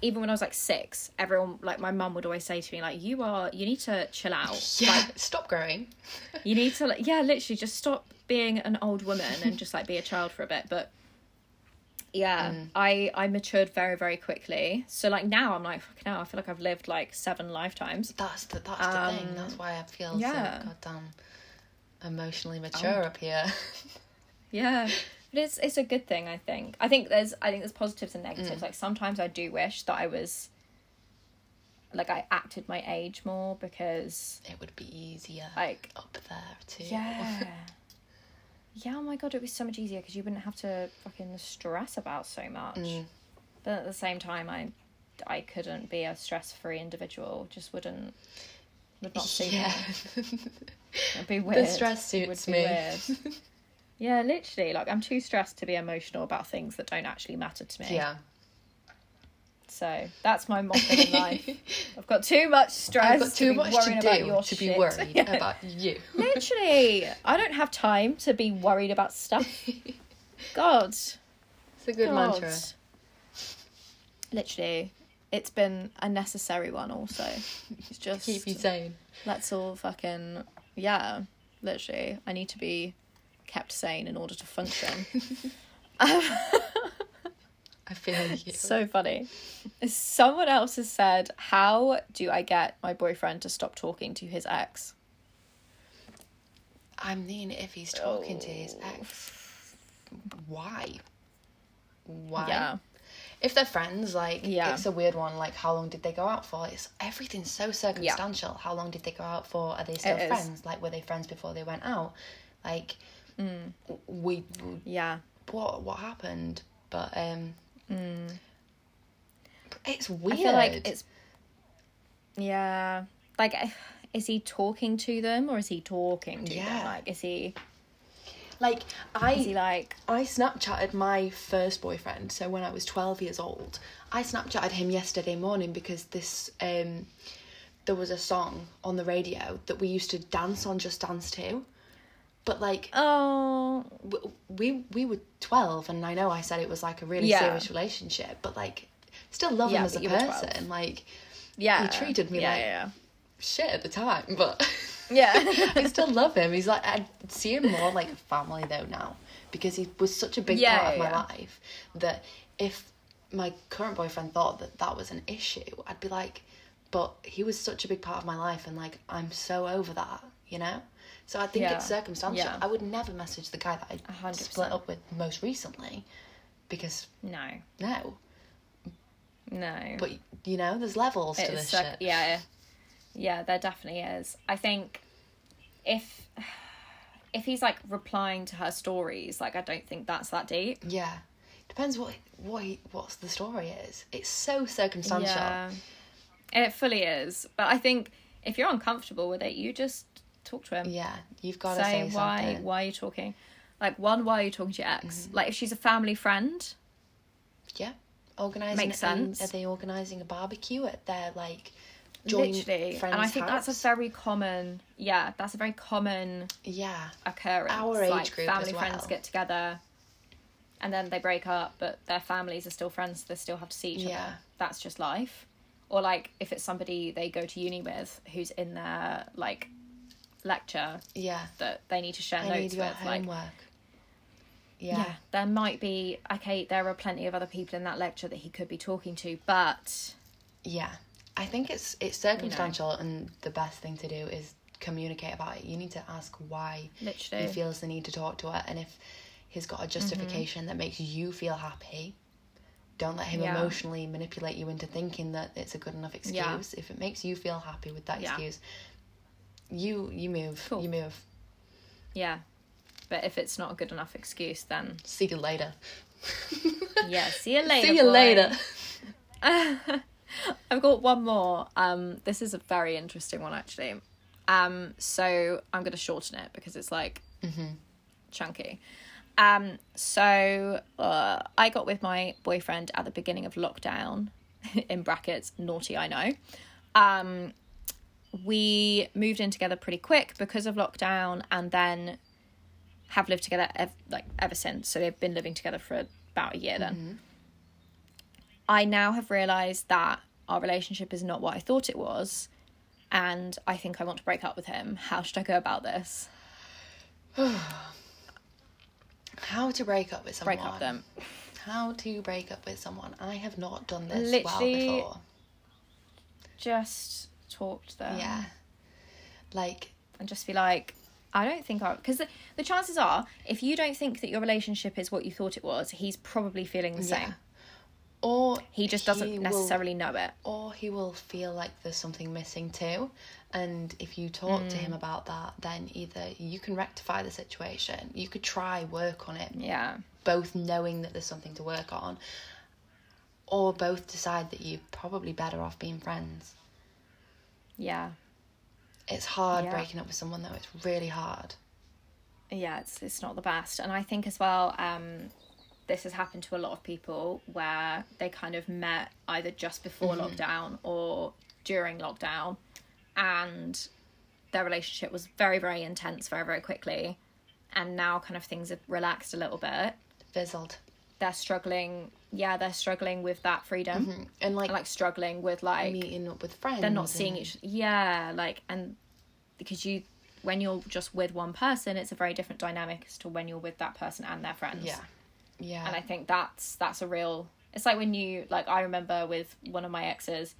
Speaker 2: even when I was like six, everyone like my mum would always say to me like you are you need to chill out.
Speaker 1: Yeah, stop growing.
Speaker 2: You need to like yeah, literally just stop being an old woman and just like be a child for a bit, but yeah, I I matured very very quickly. So like now I'm like fucking hell, I feel like I've lived like seven lifetimes.
Speaker 1: That's the that's the thing. That's why I feel
Speaker 2: Um, yeah.
Speaker 1: so
Speaker 2: Oh.
Speaker 1: goddamn emotionally mature up here.
Speaker 2: Yeah. But it's it's a good thing, I think. I think there's I think there's positives and negatives. Like sometimes I do wish that I was like I acted my age more because
Speaker 1: it would be easier
Speaker 2: like
Speaker 1: up there too.
Speaker 2: yeah. Yeah, oh my god, it'd be so much easier because you wouldn't have to fucking stress about so much. But at the same time, I I couldn't be a stress-free individual. Just wouldn't would not suit me.
Speaker 1: Yeah.
Speaker 2: It'd be weird.
Speaker 1: stress
Speaker 2: It would
Speaker 1: suits
Speaker 2: be
Speaker 1: me.
Speaker 2: weird. yeah, literally. Like I'm too stressed to be emotional about things that don't actually matter to me.
Speaker 1: yeah.
Speaker 2: So that's my motto in life. I've got too much stress.
Speaker 1: I've got too
Speaker 2: be
Speaker 1: much
Speaker 2: worrying
Speaker 1: to
Speaker 2: about
Speaker 1: do
Speaker 2: your
Speaker 1: to
Speaker 2: shit.
Speaker 1: be worried
Speaker 2: Yeah.
Speaker 1: about you.
Speaker 2: literally, I don't have time to be worried about stuff. God.
Speaker 1: It's a good
Speaker 2: God.
Speaker 1: mantra.
Speaker 2: Literally, it's been a necessary one. Also, it's just
Speaker 1: Keep you sane.
Speaker 2: let's all fucking yeah literally i need to be kept sane in order to function
Speaker 1: I feel you.
Speaker 2: so funny someone else has said how do i get my boyfriend to stop talking to his ex
Speaker 1: I mean, if he's talking to his
Speaker 2: Oh.
Speaker 1: ex, why? Why?
Speaker 2: yeah
Speaker 1: If they're friends, like
Speaker 2: Yeah.
Speaker 1: it's a weird one. Like, how long did they go out for? It's everything's so circumstantial. How long did they go out for? Are they still
Speaker 2: It is.
Speaker 1: friends? Like, were they friends before they went out? Like,
Speaker 2: Mm.
Speaker 1: w- we, we
Speaker 2: yeah
Speaker 1: what what happened? But um, it's weird.
Speaker 2: Mm. i feel like it's yeah like I- is he talking to them or is he talking to
Speaker 1: Yeah.
Speaker 2: them like is he
Speaker 1: like I
Speaker 2: is he like
Speaker 1: I Snapchatted my first boyfriend, so when I was 12 years old. I Snapchatted him yesterday morning because this, um, there was a song on the radio that we used to dance on Just Dance to. But like
Speaker 2: Oh.
Speaker 1: w- we we were 12 and I know I said it was like a really
Speaker 2: Yeah.
Speaker 1: serious relationship, but like still love
Speaker 2: Yeah,
Speaker 1: him as
Speaker 2: but
Speaker 1: a
Speaker 2: you were 12.
Speaker 1: person. Like
Speaker 2: Yeah.
Speaker 1: treated me
Speaker 2: yeah,
Speaker 1: like-
Speaker 2: Yeah.
Speaker 1: shit at the time, but
Speaker 2: Yeah.
Speaker 1: I still love him. He's like I see him more like family though now because he was such a big
Speaker 2: Yeah,
Speaker 1: part of my
Speaker 2: yeah.
Speaker 1: life that if my current boyfriend thought that that was an issue, I'd be like, but he was such a big part of my life and like I'm so over that, you know. So I think
Speaker 2: Yeah.
Speaker 1: it's circumstantial.
Speaker 2: Yeah.
Speaker 1: I would never message the guy that I
Speaker 2: A hundred
Speaker 1: split
Speaker 2: percent.
Speaker 1: up with most recently because
Speaker 2: No.
Speaker 1: no.
Speaker 2: No.
Speaker 1: But you know, there's levels to
Speaker 2: It is
Speaker 1: this
Speaker 2: circ-
Speaker 1: shit.
Speaker 2: Yeah, yeah, there definitely is. I think if if he's like replying to her stories, like I don't think that's that deep.
Speaker 1: Yeah, depends what what he, what's the story is. It's so circumstantial.
Speaker 2: it fully is. But I think if you're uncomfortable with it, you just talk to him.
Speaker 1: Yeah, you've got to
Speaker 2: say
Speaker 1: say,
Speaker 2: why
Speaker 1: something. Mm-hmm.
Speaker 2: why are you talking? Like one, why are you talking to your ex? Like if she's a family friend,
Speaker 1: Yeah, organizing.
Speaker 2: Makes
Speaker 1: and
Speaker 2: sense.
Speaker 1: Are they organizing a barbecue at their like joint
Speaker 2: literally,
Speaker 1: friend's
Speaker 2: and I think
Speaker 1: house?
Speaker 2: that's a very common. Yeah, that's a very common
Speaker 1: yeah.
Speaker 2: occurrence.
Speaker 1: Our age
Speaker 2: like,
Speaker 1: group
Speaker 2: family
Speaker 1: as
Speaker 2: friends
Speaker 1: well.
Speaker 2: get together, and then they break up, but their families are still friends. So they still have to see each
Speaker 1: Yeah.
Speaker 2: other. That's just life. Or like if it's somebody they go to uni with who's in their like lecture
Speaker 1: Yeah,
Speaker 2: that they need to share
Speaker 1: I need
Speaker 2: notes
Speaker 1: your
Speaker 2: with. Like
Speaker 1: homework.
Speaker 2: yeah.
Speaker 1: yeah.
Speaker 2: there might be okay. There are plenty of other people in that lecture that he could be talking to, but
Speaker 1: Yeah. I think it's it's circumstantial and the best thing to do is communicate about it. You need to ask why
Speaker 2: Literally.
Speaker 1: he feels the need to talk to her and if he's got a
Speaker 2: Mm-hmm.
Speaker 1: justification that makes you feel happy, don't let him
Speaker 2: Yeah.
Speaker 1: emotionally manipulate you into thinking that it's a good enough excuse.
Speaker 2: Yeah.
Speaker 1: If it makes you feel happy with that
Speaker 2: Yeah.
Speaker 1: excuse, you you move.
Speaker 2: Cool.
Speaker 1: You move.
Speaker 2: yeah. But if it's not a good enough excuse, then
Speaker 1: See you later.
Speaker 2: yeah. See you later.
Speaker 1: See you
Speaker 2: boy.
Speaker 1: later.
Speaker 2: I've got one more. Um, this is a very interesting one actually. Um, so I'm gonna shorten it because it's like chunky. Um, so uh, I got with my boyfriend at the beginning of lockdown, in brackets, naughty I know. Um, we moved in together pretty quick because of lockdown, and then have lived together ev- like ever since. So they've been living together for about a year then. I now have realized that our relationship is not what I thought it was, and I think I want to break up with him. How should I go about this?
Speaker 1: How to break up with someone.
Speaker 2: Break up with them.
Speaker 1: How to break up with someone. I have not done this
Speaker 2: Literally-
Speaker 1: well before.
Speaker 2: Just talk to them.
Speaker 1: Yeah. Like
Speaker 2: And just be like, I don't think I. Because the, the chances are, if you don't think that your relationship is what you thought it was, he's probably feeling the
Speaker 1: Yeah.
Speaker 2: same.
Speaker 1: or
Speaker 2: He just doesn't
Speaker 1: will-
Speaker 2: necessarily know it.
Speaker 1: or he will feel like there's something missing too and if you talk to
Speaker 2: Mm.
Speaker 1: him about that then either you can rectify the situation you could try work on it
Speaker 2: Yeah.
Speaker 1: both knowing that there's something to work on or both decide that you're probably better off being friends
Speaker 2: Yeah.
Speaker 1: it's hard
Speaker 2: Yeah.
Speaker 1: breaking up with someone though it's really hard
Speaker 2: yeah it's it's not the best and i think as well um this has happened to a lot of people where they kind of met either just before lockdown or during lockdown and their relationship was very very intense very very quickly and now kind of things have relaxed a little bit
Speaker 1: fizzled
Speaker 2: they're struggling yeah they're struggling with that freedom
Speaker 1: and like,
Speaker 2: and like struggling with like
Speaker 1: meeting up with friends
Speaker 2: they're not seeing each yeah like and because you when you're just with one person it's a very different dynamic as to when you're with that person and their friends
Speaker 1: yeah yeah
Speaker 2: and i think that's that's a real it's like when you like i remember with one of my exes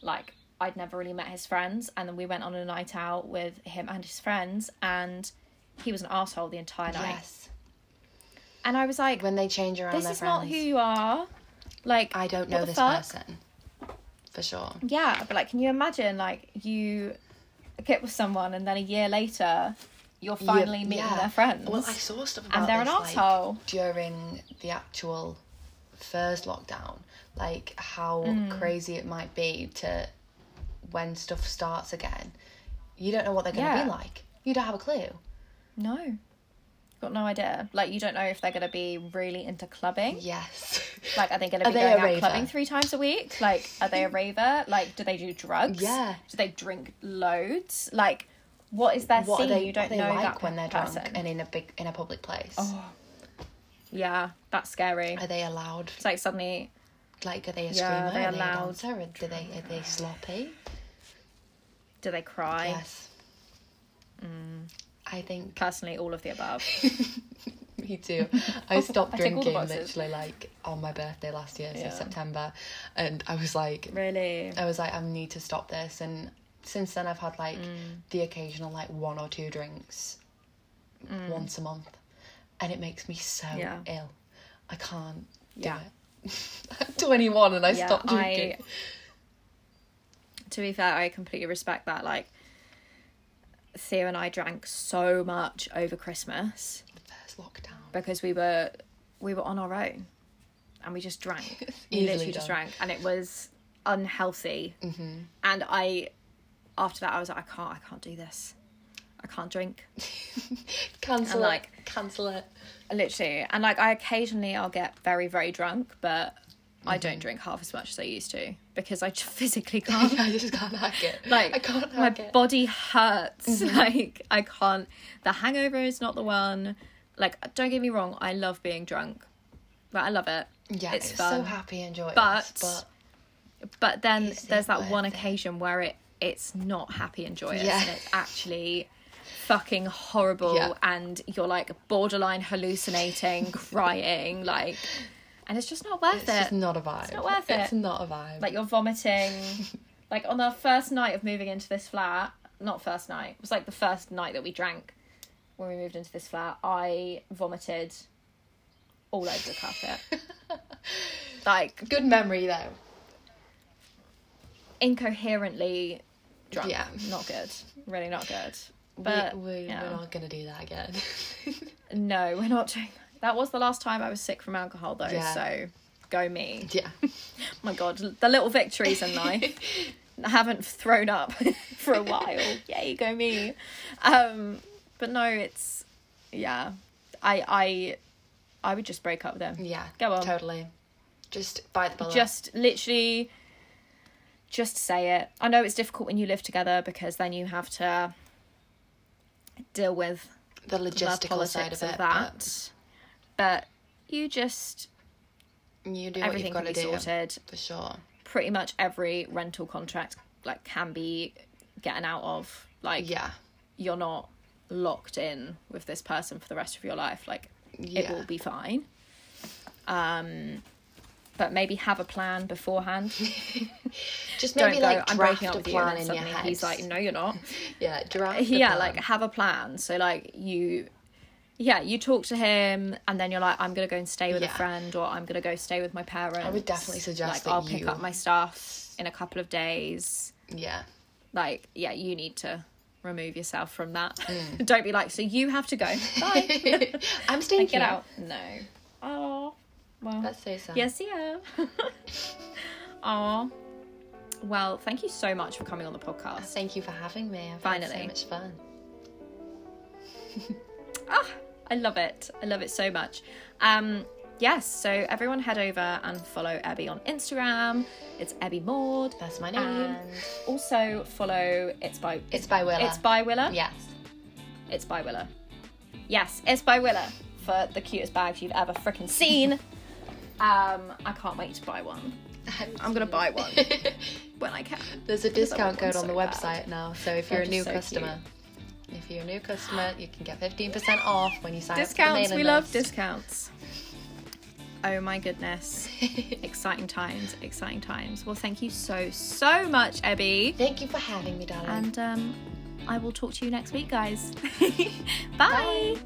Speaker 2: like i'd never really met his friends and then we went on a night out with him and his friends and he was an asshole the entire night
Speaker 1: yes
Speaker 2: and i was like
Speaker 1: when they change around
Speaker 2: this
Speaker 1: their
Speaker 2: is
Speaker 1: friends
Speaker 2: not who you are like
Speaker 1: i don't
Speaker 2: what
Speaker 1: know
Speaker 2: the
Speaker 1: this
Speaker 2: fuck?
Speaker 1: person for sure
Speaker 2: Yeah, but like, can you imagine like you get with someone and then a year later you're finally meeting
Speaker 1: yeah.
Speaker 2: their friends?
Speaker 1: Well, I saw stuff about
Speaker 2: and they're an
Speaker 1: this, like,
Speaker 2: asshole.
Speaker 1: during the actual first lockdown, like how
Speaker 2: Mm.
Speaker 1: crazy it might be to when stuff starts again. You don't know what they're going to
Speaker 2: Yeah.
Speaker 1: be like. You don't have a clue.
Speaker 2: No, got no idea. Like, you don't know if they're gonna be really into clubbing.
Speaker 1: Yes.
Speaker 2: Like, are they gonna
Speaker 1: Are
Speaker 2: be
Speaker 1: they
Speaker 2: going
Speaker 1: a
Speaker 2: out
Speaker 1: raver?
Speaker 2: clubbing three times a week? Like, are they a raver? Like, do they do drugs?
Speaker 1: Yeah.
Speaker 2: Do they drink loads? Like, What is their
Speaker 1: What
Speaker 2: scene?
Speaker 1: are they,
Speaker 2: you don't
Speaker 1: what are they
Speaker 2: know
Speaker 1: like
Speaker 2: that
Speaker 1: when they're drunk
Speaker 2: person.
Speaker 1: and in a big in a public place?
Speaker 2: Oh. Yeah, that's scary.
Speaker 1: Are they allowed?
Speaker 2: It's like suddenly,
Speaker 1: Like, are they a
Speaker 2: Yeah,
Speaker 1: screamer?
Speaker 2: they
Speaker 1: are they
Speaker 2: allowed-
Speaker 1: a dancer? Or do they are they sloppy?
Speaker 2: do they Mm. cry?
Speaker 1: Yes. I think
Speaker 2: Personally, all of the above.
Speaker 1: Me too. I stopped
Speaker 2: I tick all the
Speaker 1: drinking
Speaker 2: boxes.
Speaker 1: literally like on my birthday last year, so
Speaker 2: Yeah.
Speaker 1: September, and I was like,
Speaker 2: Really?
Speaker 1: I was like, I need to stop this. And since then, I've had like
Speaker 2: Mm.
Speaker 1: the occasional like one or two drinks once a month, and it makes me so
Speaker 2: Mm. Yeah.
Speaker 1: ill. I can't
Speaker 2: Yeah.
Speaker 1: do it. I'm 21 and I
Speaker 2: Yeah,
Speaker 1: stopped
Speaker 2: I-
Speaker 1: drinking.
Speaker 2: to be fair, I completely respect that. Like, Theo and I drank so much over Christmas
Speaker 1: The first lockdown.
Speaker 2: because we were we were on our own, and we just drank. we
Speaker 1: Easily
Speaker 2: literally just
Speaker 1: done.
Speaker 2: drank, and it was unhealthy. Mm-hmm. And I, after that, I was like, I can't, I can't do this. I can't drink.
Speaker 1: Cancel
Speaker 2: like-
Speaker 1: it. Cancel it.
Speaker 2: Literally, and like I occasionally I'll get very very drunk, but I don't
Speaker 1: Mm-hmm.
Speaker 2: drink half as much as I used to because I just physically can't.
Speaker 1: I just can't hack it.
Speaker 2: like
Speaker 1: I can't
Speaker 2: my
Speaker 1: hack it. Mm-hmm.
Speaker 2: body hurts like i can't the hangover is not the one like don't get me wrong i love being drunk like i love it
Speaker 1: yeah,
Speaker 2: it's
Speaker 1: it's,
Speaker 2: fun
Speaker 1: so happy and joyous.
Speaker 2: but-
Speaker 1: but
Speaker 2: but then
Speaker 1: Is it
Speaker 2: there's that
Speaker 1: worth
Speaker 2: one
Speaker 1: it?
Speaker 2: occasion where it it's not happy and joyous
Speaker 1: Yeah.
Speaker 2: and it's actually fucking horrible
Speaker 1: Yeah.
Speaker 2: and you're like borderline hallucinating crying like and it's just not worth
Speaker 1: It's
Speaker 2: it
Speaker 1: just not a vibe. It's
Speaker 2: not worth
Speaker 1: It's
Speaker 2: it.
Speaker 1: not a vibe.
Speaker 2: like you're vomiting like on our first night of moving into this flat not first night it was like the first night that we drank when we moved into this flat i vomited all over the carpet like
Speaker 1: good memory though.
Speaker 2: incoherently drunk
Speaker 1: Yeah.
Speaker 2: not good really not good
Speaker 1: But
Speaker 2: but
Speaker 1: we, we,
Speaker 2: yeah.
Speaker 1: We're not gonna do that again.
Speaker 2: no we're not doing that was the last time i was sick from alcohol though
Speaker 1: Yeah.
Speaker 2: so go me
Speaker 1: yeah.
Speaker 2: my god the little victories in life I haven't thrown up for a while yay go me um but no it's yeah i i i would just break up with them
Speaker 1: Yeah.
Speaker 2: Go on.
Speaker 1: Totally. Just bite the bullet.
Speaker 2: just literally just say it i know it's difficult when you live together because then you have to deal with
Speaker 1: the
Speaker 2: just the
Speaker 1: logistical
Speaker 2: politics
Speaker 1: side of it.
Speaker 2: that but you just
Speaker 1: but You do
Speaker 2: everything
Speaker 1: what
Speaker 2: can
Speaker 1: you've
Speaker 2: be
Speaker 1: got to do
Speaker 2: sorted
Speaker 1: for sure.
Speaker 2: pretty much every rental contract like can be getting out of like
Speaker 1: Yeah.
Speaker 2: you're not locked in with this person for the rest of your life like it
Speaker 1: Yeah.
Speaker 2: will be fine um but maybe have a plan beforehand
Speaker 1: Just
Speaker 2: don't
Speaker 1: maybe
Speaker 2: go
Speaker 1: like
Speaker 2: i'm
Speaker 1: draft
Speaker 2: breaking up
Speaker 1: a
Speaker 2: with you and
Speaker 1: plan
Speaker 2: then
Speaker 1: in your
Speaker 2: suddenly
Speaker 1: head.
Speaker 2: he's like no you're not
Speaker 1: yeah, draft. a
Speaker 2: yeah
Speaker 1: plan.
Speaker 2: like have a plan so like you yeah you talk to him and then you're like i'm gonna go and stay with a
Speaker 1: Yeah.
Speaker 2: friend or i'm gonna go stay with my parents i
Speaker 1: would definitely suggest
Speaker 2: like
Speaker 1: that
Speaker 2: i'll pick
Speaker 1: you-
Speaker 2: up my stuff in a couple of days
Speaker 1: yeah.
Speaker 2: like yeah you need to remove yourself from that
Speaker 1: Mm.
Speaker 2: don't be like so you have to go bye
Speaker 1: I'm staying here.
Speaker 2: get out no oh well
Speaker 1: That's so sad.
Speaker 2: yes yeah oh well thank you so much for coming on the podcast
Speaker 1: Thank you for having me. I've
Speaker 2: Finally.
Speaker 1: had so much fun.
Speaker 2: Ah, I love it. I love it so much. Um, yes, so everyone head over and follow Ebby on Instagram. It's Ebby Maud.
Speaker 1: That's my name.
Speaker 2: And also follow It's by
Speaker 1: it's by Willa.
Speaker 2: It's by Willa.
Speaker 1: Yes.
Speaker 2: It's by Willa. Yes, it's by Willa for the cutest bags you've ever frickin' seen. um, I can't wait to buy one. I'm gonna buy one when I can.
Speaker 1: There's a
Speaker 2: Because I
Speaker 1: discount
Speaker 2: want one
Speaker 1: code on the
Speaker 2: so bad.
Speaker 1: website now, so if you're a
Speaker 2: They're
Speaker 1: new
Speaker 2: just so
Speaker 1: customer, if you're a new customer, you can get 15% off when you sign up.
Speaker 2: Discounts.
Speaker 1: for the
Speaker 2: We
Speaker 1: mailing
Speaker 2: love
Speaker 1: list.
Speaker 2: discounts. Oh my goodness. exciting times, exciting times. Well, thank you so, so much, Ebby.
Speaker 1: Thank you for having me, darling.
Speaker 2: And um, I will talk to you next week, guys. Bye.